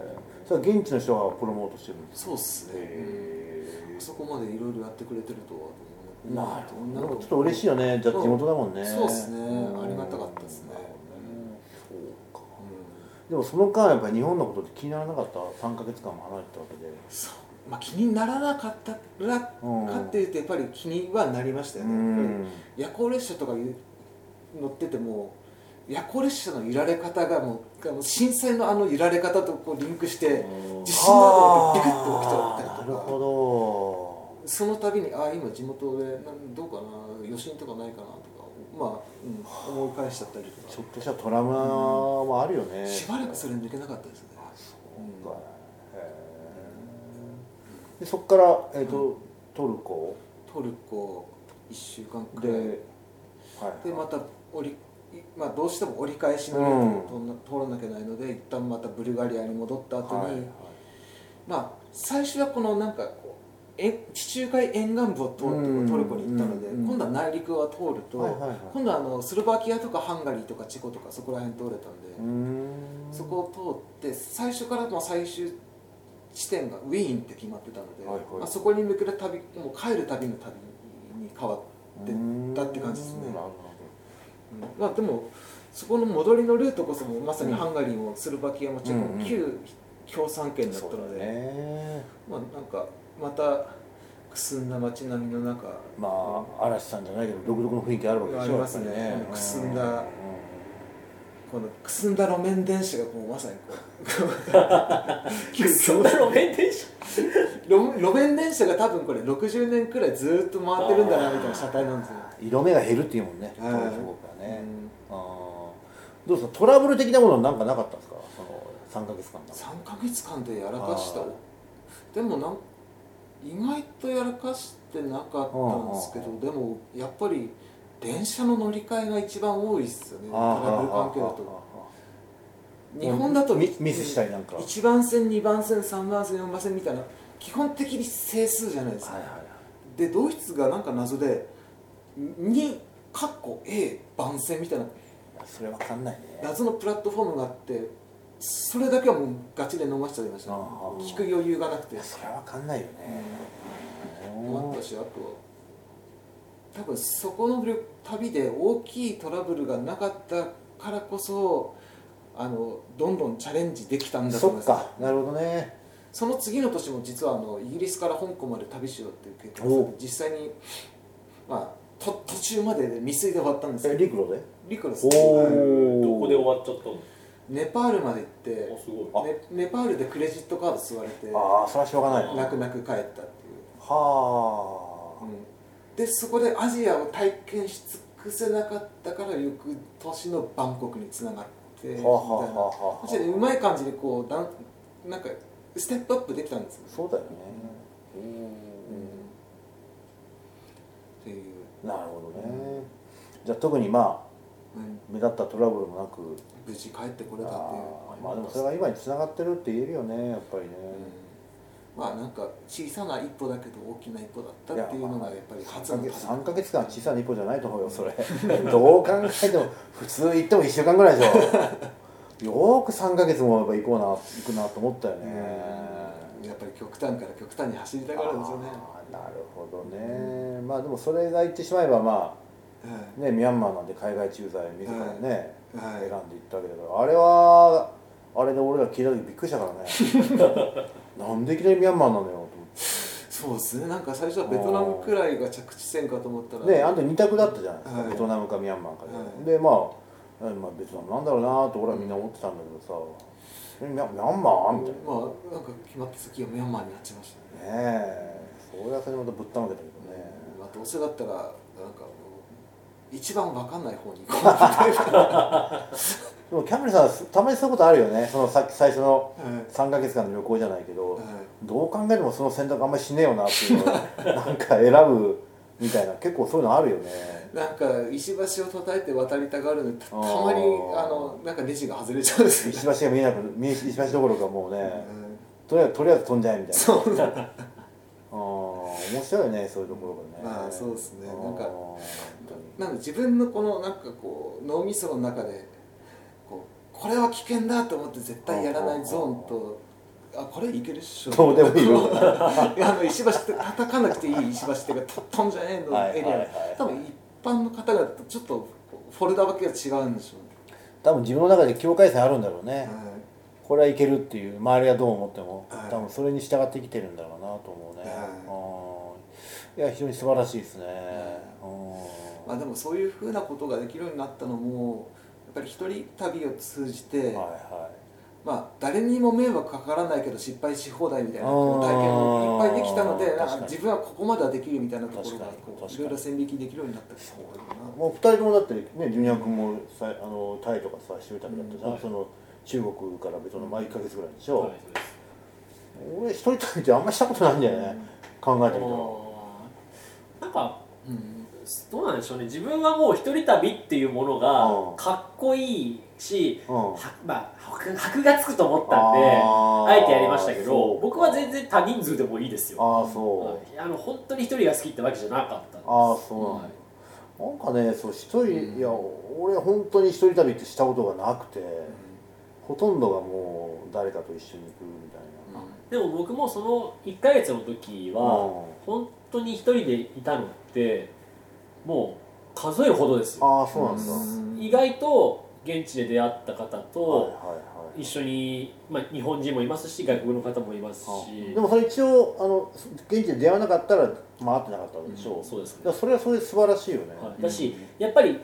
[SPEAKER 1] それは現地の人がプロモートしてるん
[SPEAKER 2] い、
[SPEAKER 1] です
[SPEAKER 2] そうっすね、
[SPEAKER 1] へ
[SPEAKER 2] うんそこまでいろいろやってくれてるとは思う
[SPEAKER 1] なるほど
[SPEAKER 2] な
[SPEAKER 1] なん
[SPEAKER 2] ん
[SPEAKER 1] か
[SPEAKER 2] か
[SPEAKER 1] ちょっと嬉しいよねじゃあ地元だもんね
[SPEAKER 2] そうですね
[SPEAKER 1] うん
[SPEAKER 2] ありがたかったです
[SPEAKER 1] な
[SPEAKER 2] ね
[SPEAKER 1] るほどねそうか
[SPEAKER 2] う
[SPEAKER 1] でもその間やっぱり日本のことって気にならなかった3か月間も離れてたわけで
[SPEAKER 2] んそうまあ、気にならなかったらかっていうとやっぱり気にはなりましたよ
[SPEAKER 1] う
[SPEAKER 2] ね、
[SPEAKER 1] ん
[SPEAKER 2] 夜行列車とかいう乗ってても夜行列車の揺られ方がもうあの震災のあの揺られ方とこうリンクして地震などでビクッと起きちゃったり
[SPEAKER 1] あ
[SPEAKER 2] と
[SPEAKER 1] ーな
[SPEAKER 2] か
[SPEAKER 1] るほ
[SPEAKER 2] その度にああ今地元でなんどうかな余震とかないかなとかまあ、うん、思い返しちゃったりと
[SPEAKER 1] ど
[SPEAKER 2] か
[SPEAKER 1] ちょっとしたトラウマもあるよね、
[SPEAKER 2] しばらくそれ抜けなかったですね
[SPEAKER 1] そうかへーでそこから、えーとトルコ
[SPEAKER 2] トルコ1週間く
[SPEAKER 1] で、
[SPEAKER 2] らい
[SPEAKER 1] はい
[SPEAKER 2] でまた折りいまあ、どうしても折り返しの
[SPEAKER 1] うん
[SPEAKER 2] ルートを通らなきゃいけないので、一旦またブルガリアに戻った後に、
[SPEAKER 1] はいはい
[SPEAKER 2] まあ最初はこのなんかこうえ地中海沿岸部を通
[SPEAKER 1] う
[SPEAKER 2] っ
[SPEAKER 1] ん
[SPEAKER 2] てトルコに行ったので、
[SPEAKER 1] うん
[SPEAKER 2] 今度は内陸は通ると、
[SPEAKER 1] はいはいはい
[SPEAKER 2] 今度はあのスロバキアとかハンガリーとかチェコとかそこら辺通れたんで、
[SPEAKER 1] うーん
[SPEAKER 2] そこを通って最初からもう最終地点がウィーンって決まってたので、
[SPEAKER 1] はいはい
[SPEAKER 2] まあ、そこに向ける旅もう帰る旅の旅に変わってったって感じですね
[SPEAKER 1] うーんなるほ
[SPEAKER 2] うんまあでもそこの戻りのルートこそもうまさにハンガリーもスロバキアもチェコ
[SPEAKER 1] うんう
[SPEAKER 2] も
[SPEAKER 1] ん
[SPEAKER 2] 旧共産圏だった
[SPEAKER 1] そう
[SPEAKER 2] ので、
[SPEAKER 1] だね
[SPEAKER 2] まあなんかまたくすんだ街並みの中
[SPEAKER 1] まあ嵐さんじゃないけど独特の雰囲気あるわけでしょ
[SPEAKER 2] ありますね
[SPEAKER 1] やっぱり
[SPEAKER 2] くすんだこのくすんだ路面電車がこうまさにこ う急遽
[SPEAKER 3] 路面電車
[SPEAKER 2] 路路面電車が多分これ60年くらいずっと回ってるんだなみたいな車体なんですよ、
[SPEAKER 1] 色目が減るっていうもんね、
[SPEAKER 2] はい
[SPEAKER 1] 東京がね、
[SPEAKER 2] うん
[SPEAKER 1] あーどうですかトラブル的なものなんかなかったんですかその3か月間の
[SPEAKER 2] 3ヶ月間でやらかした
[SPEAKER 1] はい
[SPEAKER 2] でもなん意外とやらかしてなかったんですけ
[SPEAKER 1] うん
[SPEAKER 2] どでもやっぱり電車の乗り換えが一番多いですよねトラブル関係だと日本だと
[SPEAKER 1] ミミスしたりなんかはい
[SPEAKER 2] 1番線2番線3番線4番線みたいな基本的に整数じゃないですか、
[SPEAKER 1] はいはい
[SPEAKER 2] でドイツがなんか謎で2かっこ A 番線みたいない
[SPEAKER 1] やそれわかんないね
[SPEAKER 2] 謎のプラットフォームがあってそれだけはもうガチで飲ましちゃいました
[SPEAKER 1] ああ
[SPEAKER 2] 聞く余裕がなく
[SPEAKER 1] い
[SPEAKER 2] て
[SPEAKER 1] やそれはわかんないよね、
[SPEAKER 2] もあったしあとは多分そこの旅旅で大きいトラブルがなかったからこそあのどんどんチャレンジできたんだと
[SPEAKER 1] そ
[SPEAKER 2] 思い
[SPEAKER 1] っ
[SPEAKER 2] ます
[SPEAKER 1] かなるほどね
[SPEAKER 2] その次の年も実はあのイギリスから香港まで旅しようっていう計画
[SPEAKER 1] お
[SPEAKER 2] を
[SPEAKER 1] う
[SPEAKER 2] 実際に、まあ、と途中までで未遂で終わったんです
[SPEAKER 1] え
[SPEAKER 2] け
[SPEAKER 1] 陸
[SPEAKER 2] ど
[SPEAKER 1] 路で
[SPEAKER 2] 陸路です
[SPEAKER 1] おお
[SPEAKER 4] どこで終わっちゃったの
[SPEAKER 2] ネパールまで行って
[SPEAKER 4] おすごい
[SPEAKER 1] あ
[SPEAKER 2] ネネパールでクレジットカード吸われて
[SPEAKER 1] ああそれはしょうがない
[SPEAKER 2] 泣く泣く帰ったっていう。
[SPEAKER 1] はあ、
[SPEAKER 2] うんでそこでアジアを体験し尽くせなかったから翌年のバンコクにつながってみたいな
[SPEAKER 1] はあはあはあはあ
[SPEAKER 2] そしてうまい感じにこうだんなんかステップアップできたんですよ、
[SPEAKER 1] そうだよね、
[SPEAKER 2] っていう、
[SPEAKER 1] なるほどねじゃあ特にまあ
[SPEAKER 2] うん
[SPEAKER 1] 目立ったトラブルもなく
[SPEAKER 2] 無事帰ってこれたっていう
[SPEAKER 1] あーまあでもそれが今につながってるって言えるよねやっぱりね、
[SPEAKER 2] うんまあなんか小さな一歩だけど大きな一歩だったっていうのがやっぱり初の旅
[SPEAKER 1] 3か月間小さな一歩じゃないと思うよそれ どう考えても普通行っても1週間ぐらいでしょ よーく3か月もやっぱ行こうな行くなと思ったよね
[SPEAKER 2] うんやっぱり極端から極端に走りたがるんですよね、
[SPEAKER 1] あーなるほどね、まあでもそれが言ってしまえばま
[SPEAKER 2] はい
[SPEAKER 1] あねミャンマーなんで海外駐在自らね、
[SPEAKER 2] はい
[SPEAKER 1] 選んで行ったわけだからあれはあれで俺ら聞いた時びっくりした からねなんでいきなりミャンマーなのよと思って。
[SPEAKER 2] そうですねなんか最初はベトナムくらいが着地点かと思ったら
[SPEAKER 1] ねあんた2択だったじゃないですか、
[SPEAKER 2] はい
[SPEAKER 1] ベトナムかミャンマーかで、
[SPEAKER 2] は
[SPEAKER 1] で
[SPEAKER 2] い
[SPEAKER 1] まあ、えまあベトナムなんだろうなと俺はみんな思ってたんだけどさ、えミャミャンマーみたいな、
[SPEAKER 2] まあなんか決まった時はミャンマーになっちゃいましたね、
[SPEAKER 1] ねえそれはそれまたぶったまげたけどね、
[SPEAKER 2] まあ、どうせだったらなんかもう一番わかんない方に行こ うみたいな、
[SPEAKER 1] でもキャメルさんはすたまにそういうことあるよねそのさっき最初の
[SPEAKER 2] はい
[SPEAKER 1] 3ヶ月間の旅行じゃないけど、
[SPEAKER 2] はい
[SPEAKER 1] どう考えてもその選択あんまりしねえよなっていうのは なんか選ぶみたいな結構そういうのあるよね
[SPEAKER 2] なんか石橋を叩いて渡りたがるのにたた
[SPEAKER 1] あ
[SPEAKER 2] ま
[SPEAKER 1] ー
[SPEAKER 2] にあのなんかネジが外れちゃうんです よ
[SPEAKER 1] 石橋が見えなく見え石橋どころかもうね、
[SPEAKER 2] うん
[SPEAKER 1] とりあえずとりあえず飛んじゃえみたいな
[SPEAKER 2] そうなんだ
[SPEAKER 1] ああ面白いねそういうところがね
[SPEAKER 2] まあそうですね
[SPEAKER 1] あー
[SPEAKER 2] なんか
[SPEAKER 1] 本当
[SPEAKER 2] な
[SPEAKER 1] に
[SPEAKER 2] んか自分のこのなんかこう脳みその中でこうこれは危険だと思って絶対やらないゾーンとあこれいけるっしょ
[SPEAKER 1] どうでもいいよ
[SPEAKER 2] あの石橋って叩かなくていい石橋っていうかと飛んじゃねえのエリア、
[SPEAKER 1] はいはいはい
[SPEAKER 2] 多分一般の方々とちょっとこうフォルダ分けが違うんでしょうね、
[SPEAKER 1] 多分自分の中で境界線あるんだろう
[SPEAKER 2] は
[SPEAKER 1] ね
[SPEAKER 2] い、
[SPEAKER 1] これはいけるっていう周りがどう思っても
[SPEAKER 2] はい
[SPEAKER 1] 多分それに従って生きてるんだろうなと思うねうんいや非常に素晴らしいですねうん
[SPEAKER 2] まあ、でもそういうふうなことができるようになったのもやっぱり一人旅を通じて、
[SPEAKER 1] はいはい
[SPEAKER 2] まあ、誰にも迷惑かからないけど失敗し放題みたいな
[SPEAKER 1] あー
[SPEAKER 2] こう体験もいっぱいできたので
[SPEAKER 1] 確か
[SPEAKER 2] な
[SPEAKER 1] に
[SPEAKER 2] んか自分はここまではできるみたいなところが
[SPEAKER 1] 確かに確
[SPEAKER 2] こ
[SPEAKER 1] か
[SPEAKER 2] う
[SPEAKER 1] に
[SPEAKER 2] いろいろ線引きできるようになったりするのかな
[SPEAKER 1] もう2人ともだってねジュニア君もさあのタイとかさ一人旅だったじゃ
[SPEAKER 4] う
[SPEAKER 1] ん、
[SPEAKER 4] んはい
[SPEAKER 1] その中国からベトナム1か月ぐらいでしょ、
[SPEAKER 4] はいそうです
[SPEAKER 1] 俺一人旅ってあんましたことないんだよね、考えてみたら
[SPEAKER 3] あーなんか
[SPEAKER 2] うん
[SPEAKER 3] どうなんでしょうね自分はもう一人旅っていうもの
[SPEAKER 1] うん
[SPEAKER 3] がかっこいいし、
[SPEAKER 1] うん
[SPEAKER 3] はまあ箔箔がつくと思ったんで
[SPEAKER 1] あ
[SPEAKER 3] あ
[SPEAKER 1] ー
[SPEAKER 3] えてやりました
[SPEAKER 1] そ
[SPEAKER 3] け
[SPEAKER 1] う
[SPEAKER 3] ど
[SPEAKER 1] か
[SPEAKER 3] 僕は全然他人数でもいいですよ
[SPEAKER 1] ああそう、
[SPEAKER 3] はいあの本当に一人が好きってわけじゃなかったんです
[SPEAKER 1] ああそうなんだなんかねそう一人、いや俺本当に一人旅ってしたことがなくて、ほとんどがもう誰かと一緒に行くみたいな、
[SPEAKER 3] でも僕もその1ヶ月の時は本当に一人でいたのってもう数えるほどですよ
[SPEAKER 1] ああそうなんだ、
[SPEAKER 2] うん
[SPEAKER 3] 意外と現地で出会った方
[SPEAKER 1] はい
[SPEAKER 3] と
[SPEAKER 1] はいはい
[SPEAKER 3] 一緒に、まあ、日本人もいますし外国の方もいますし
[SPEAKER 1] あでもそれ一応あの現地で出会わなかったら回ってなかったわけでしょ、
[SPEAKER 3] そうですね
[SPEAKER 1] だからそれはそれで素晴らしいよね、
[SPEAKER 3] はいだしやっぱり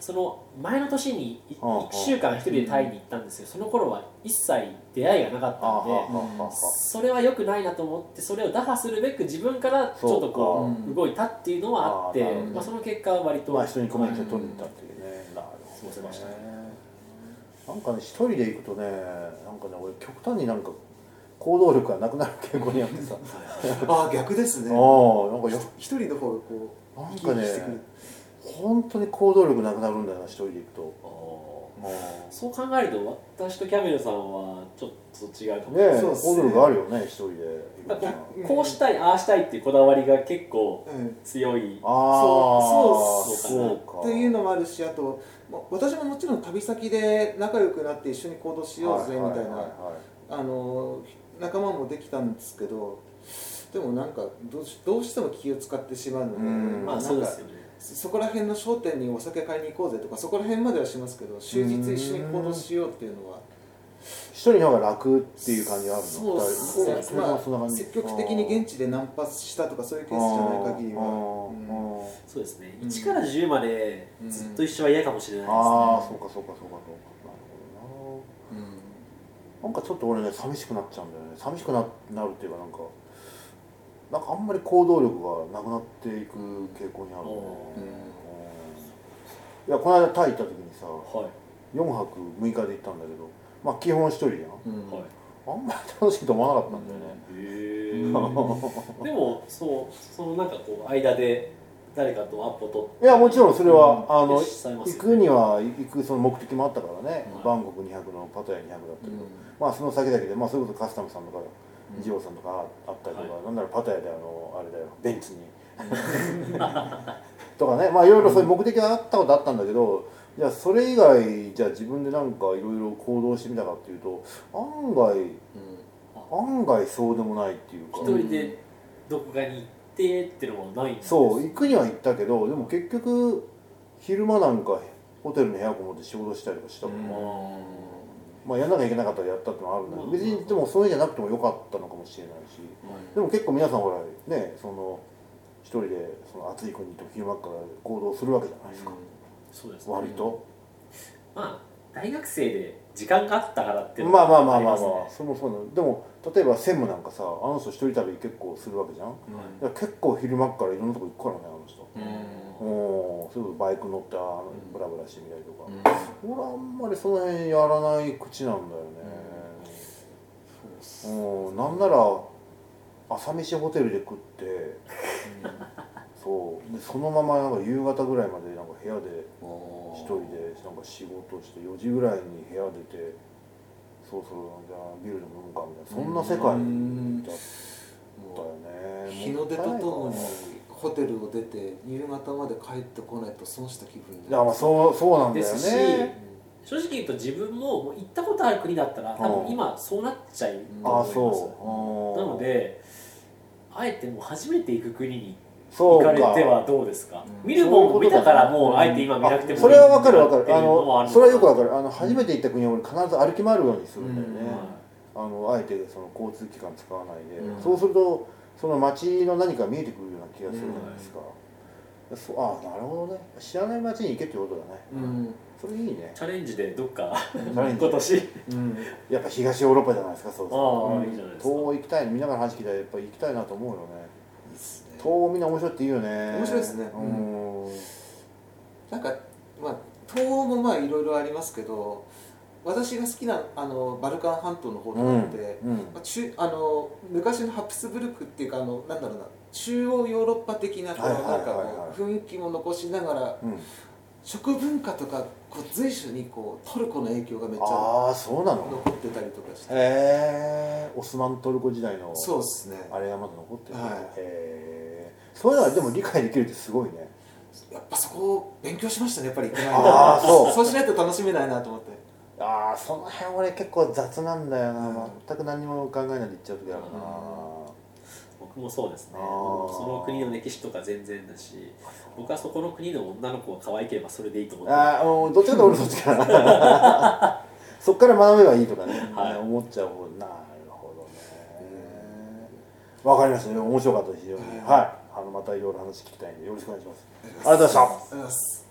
[SPEAKER 3] その前の年にい
[SPEAKER 1] うんうん
[SPEAKER 3] 1週間一人でタイに行ったんですけどその頃は一切出会いがなかっ
[SPEAKER 1] あは
[SPEAKER 3] た
[SPEAKER 1] は
[SPEAKER 3] ので
[SPEAKER 1] はは
[SPEAKER 3] それは良くないなと思ってそれを打破するべく自分からちょっとこ
[SPEAKER 2] そうか
[SPEAKER 3] う動いたっていうのはあって
[SPEAKER 1] あーなるほど
[SPEAKER 3] まあ、その結果は割と
[SPEAKER 1] まあ人にコミュニケーション取りに行ったっていうね、なるほど
[SPEAKER 3] 過ごせましたね
[SPEAKER 1] なんかね一人で行くとねなんかね俺極端になんか行動力がなくなる傾向にあってさ
[SPEAKER 2] ああ逆ですね
[SPEAKER 1] ああなんかよ
[SPEAKER 2] 一人の方がこう
[SPEAKER 1] なん
[SPEAKER 2] 生
[SPEAKER 1] か
[SPEAKER 2] き生
[SPEAKER 1] ね
[SPEAKER 2] きしてくる
[SPEAKER 1] 本当に行動力なくなるんだよな一人で行くと
[SPEAKER 3] あー
[SPEAKER 1] ああ
[SPEAKER 3] そう考えると私とキャメルさんはちょっと違うかも
[SPEAKER 1] ねえ
[SPEAKER 2] そうっすね
[SPEAKER 1] 行動力あるよね一 人で行くとね
[SPEAKER 3] だからこうしたいああしたいっていうこだわりが結構
[SPEAKER 2] うん
[SPEAKER 3] 強い
[SPEAKER 1] ああ
[SPEAKER 3] そう
[SPEAKER 1] そうか
[SPEAKER 2] っていうのもあるしあとまあ私ももちろん旅先で仲良くなって一緒に行動しようぜみたい
[SPEAKER 1] はは
[SPEAKER 2] な
[SPEAKER 1] ははい
[SPEAKER 2] あの仲間もできたんですけどでもなんかどうしどうしても気を使ってしまうので
[SPEAKER 1] うん
[SPEAKER 3] ま
[SPEAKER 2] な
[SPEAKER 3] あ
[SPEAKER 2] んか
[SPEAKER 3] そうですよね
[SPEAKER 2] そそこら辺の商店にお酒買いに行こうぜとかそこら辺まではしますけど終日一緒に行動しようっていうのは
[SPEAKER 1] 一人の方が楽っていう感じがあるの
[SPEAKER 2] そうです
[SPEAKER 1] 二
[SPEAKER 2] ね
[SPEAKER 1] 人、
[SPEAKER 2] ま
[SPEAKER 1] そんな
[SPEAKER 2] あ、
[SPEAKER 1] 感じ
[SPEAKER 2] 積極的に現地でナンパしたとかそういうケースじゃない限りは
[SPEAKER 1] あ
[SPEAKER 2] うん
[SPEAKER 1] ー
[SPEAKER 3] そうですね
[SPEAKER 2] うん
[SPEAKER 3] 1から10までずっと一緒は嫌かもしれないですね
[SPEAKER 1] あーそうかそうかそうかそうかなるほどななんかちょっと俺ね寂しくなっちゃうんだよね寂しくななるっていうかなんかなんかあんまり行動力がなくなっていく傾向にあるね
[SPEAKER 3] お
[SPEAKER 2] ー
[SPEAKER 1] うんいやこの間タイ行った時にさ
[SPEAKER 3] は
[SPEAKER 1] 4泊6日で行ったんだけどまあ基本一人じゃん
[SPEAKER 2] うん
[SPEAKER 3] いはい
[SPEAKER 1] あんまり楽しいと思わなかったんだよね、
[SPEAKER 3] へえでもそうそのなんかこう間で誰かとアポ取って
[SPEAKER 1] いやもちろんそれは、
[SPEAKER 3] ん
[SPEAKER 1] あの
[SPEAKER 3] 実際はそう
[SPEAKER 1] 行くには行くその目的もあったからね、
[SPEAKER 3] はい
[SPEAKER 1] バンコク200のパタヤ200だったけど、まあその先々で、まあ、それこそカスタムさんとか二郎さんとかあったりとか、
[SPEAKER 3] は
[SPEAKER 1] なんならパタヤであのあれだよベンチにとかねまあいろいろそういう目的があったことあったんだけど、じゃあそれ以外じゃあ自分でなんかいろいろ行動してみたかっていうと案外案外そうでもないっていうか
[SPEAKER 3] 一人でどこかに行ってっていうのはないんです
[SPEAKER 1] そう行くには行ったけどでも結局昼間なんかホテルの部屋こもって仕事したりとかしたから、
[SPEAKER 2] うん
[SPEAKER 1] まあやんなきゃいけなかったらやったってのはあるんだけど別にでもそういうのじゃなくてもよかったのかもしれないしでも結構皆さんほらねその一人でその暑い国と昼間から行動するわけじゃないですか、
[SPEAKER 3] そうですね
[SPEAKER 1] 割と、
[SPEAKER 3] まあ大学生で時間があったからっていうの
[SPEAKER 1] ま
[SPEAKER 3] は
[SPEAKER 1] あまあまあ
[SPEAKER 3] り
[SPEAKER 1] まあまあ
[SPEAKER 3] すね
[SPEAKER 1] それもそうなのでも例えば専務なんかさあの人一人旅結構するわけじゃんだから結構昼間からいろんなとこ行くからねあの人
[SPEAKER 2] うん
[SPEAKER 1] おーそれこそバイク乗ってあの
[SPEAKER 2] うん
[SPEAKER 1] ブラブラしてみたりとか、
[SPEAKER 2] うん
[SPEAKER 1] 俺あんまりその辺やらない口なんだよね、
[SPEAKER 2] そうっ
[SPEAKER 1] う
[SPEAKER 2] す
[SPEAKER 1] ん、なんなら朝飯ホテルで食ってそうでそのままなんか夕方ぐらいまでなんか部屋で一人でなんか仕事して4時ぐらいに部屋出てそろそろじゃあビールでも飲むかみたいなそんな世界だった
[SPEAKER 2] も
[SPEAKER 1] よ
[SPEAKER 2] う
[SPEAKER 1] ね
[SPEAKER 2] 日の出とともに
[SPEAKER 1] い
[SPEAKER 2] ホテルを出て夕方まで帰ってこないと損した気分
[SPEAKER 1] やまあそうそうなんだよ
[SPEAKER 3] ですし
[SPEAKER 1] ね
[SPEAKER 3] 正直言うと自分ももう行ったことある国だったら多分今そうなっちゃいと
[SPEAKER 1] ああ
[SPEAKER 3] 思います
[SPEAKER 1] そう
[SPEAKER 3] な
[SPEAKER 1] うん
[SPEAKER 3] のであえてもう初めて行く国に
[SPEAKER 1] そ
[SPEAKER 3] 行
[SPEAKER 1] う
[SPEAKER 3] か
[SPEAKER 1] か
[SPEAKER 3] れてはどうですか
[SPEAKER 2] うん
[SPEAKER 3] 見るもんも見たからもう
[SPEAKER 1] あ
[SPEAKER 3] あえて今見なくてもいい
[SPEAKER 1] それはわかるわか
[SPEAKER 3] っ
[SPEAKER 1] る
[SPEAKER 3] てい
[SPEAKER 1] あ
[SPEAKER 3] うのも
[SPEAKER 1] の
[SPEAKER 3] あるの
[SPEAKER 1] それはよくわかるあの初めて行った国は俺必ず歩き回るようにするんだよね、
[SPEAKER 2] うん
[SPEAKER 1] あのあえてその交通機関使わないで、
[SPEAKER 2] うん
[SPEAKER 1] そうするとその街の何か見えてくるような気がするじゃないですか、そうああなるほどね知らない街に行けってことだね
[SPEAKER 2] うん
[SPEAKER 1] それいいね
[SPEAKER 3] チャレンジでどっか
[SPEAKER 1] チャレンジ
[SPEAKER 3] 今年
[SPEAKER 2] うん
[SPEAKER 1] やっぱ東ヨーロッパじゃないですかそう
[SPEAKER 3] あ
[SPEAKER 1] そ
[SPEAKER 3] あ、
[SPEAKER 2] うん
[SPEAKER 3] いいじゃないで
[SPEAKER 1] う
[SPEAKER 3] すか
[SPEAKER 1] 東欧行きたいの見ながら話聞いたらやっぱ行きたいなと思うよね
[SPEAKER 2] いいっすね
[SPEAKER 1] 東欧みんな面白いって言うよね
[SPEAKER 2] 面白いですね
[SPEAKER 1] う、
[SPEAKER 2] うんなんかまあ東欧もまあいろいろありますけど私が好きなあのバルカン半島の方と
[SPEAKER 1] う
[SPEAKER 2] か
[SPEAKER 1] ん
[SPEAKER 2] って、
[SPEAKER 1] うん
[SPEAKER 2] まあ、中あの昔のハプスブルクっていうかあのなんだろうな中央ヨーロッパ的なこう
[SPEAKER 1] はい
[SPEAKER 2] な
[SPEAKER 1] は
[SPEAKER 2] ん
[SPEAKER 1] いはいはい
[SPEAKER 2] かこう雰囲気も残しながら
[SPEAKER 1] うん
[SPEAKER 2] 食文化とかこう随所にこうトルコの影響がめっちゃ
[SPEAKER 1] ああそうなの
[SPEAKER 2] 残ってたりとかして
[SPEAKER 1] へえオスマントルコ時代の
[SPEAKER 2] そうですね
[SPEAKER 1] あれがまだ残ってる、
[SPEAKER 2] はい
[SPEAKER 1] へえそういうのはでも理解できるってすごいね
[SPEAKER 2] やっぱそこを勉強しましたねやっぱり行けない
[SPEAKER 1] あーそう
[SPEAKER 2] そうしないと楽しめないなと思って
[SPEAKER 1] ああその辺俺結構雑なんだよな、
[SPEAKER 2] うん
[SPEAKER 1] 全く何も考えないで行っちゃう時あるな、
[SPEAKER 2] う
[SPEAKER 3] 僕もそうですね
[SPEAKER 1] あー
[SPEAKER 3] その国の歴史とか全然だし僕はそこの国の女の子が可愛ければそれでいいと思ってる
[SPEAKER 1] ああもうどっちか と俺そっちかな そっから学べばいいとかね、
[SPEAKER 3] はい
[SPEAKER 1] 思っちゃう方なるほどねわかりましたね面白かったです非常に、
[SPEAKER 2] うん
[SPEAKER 1] はいあのまたいろいろ話聞きたいんでよろしくお願いしますありがとうございました
[SPEAKER 2] ありがとうございます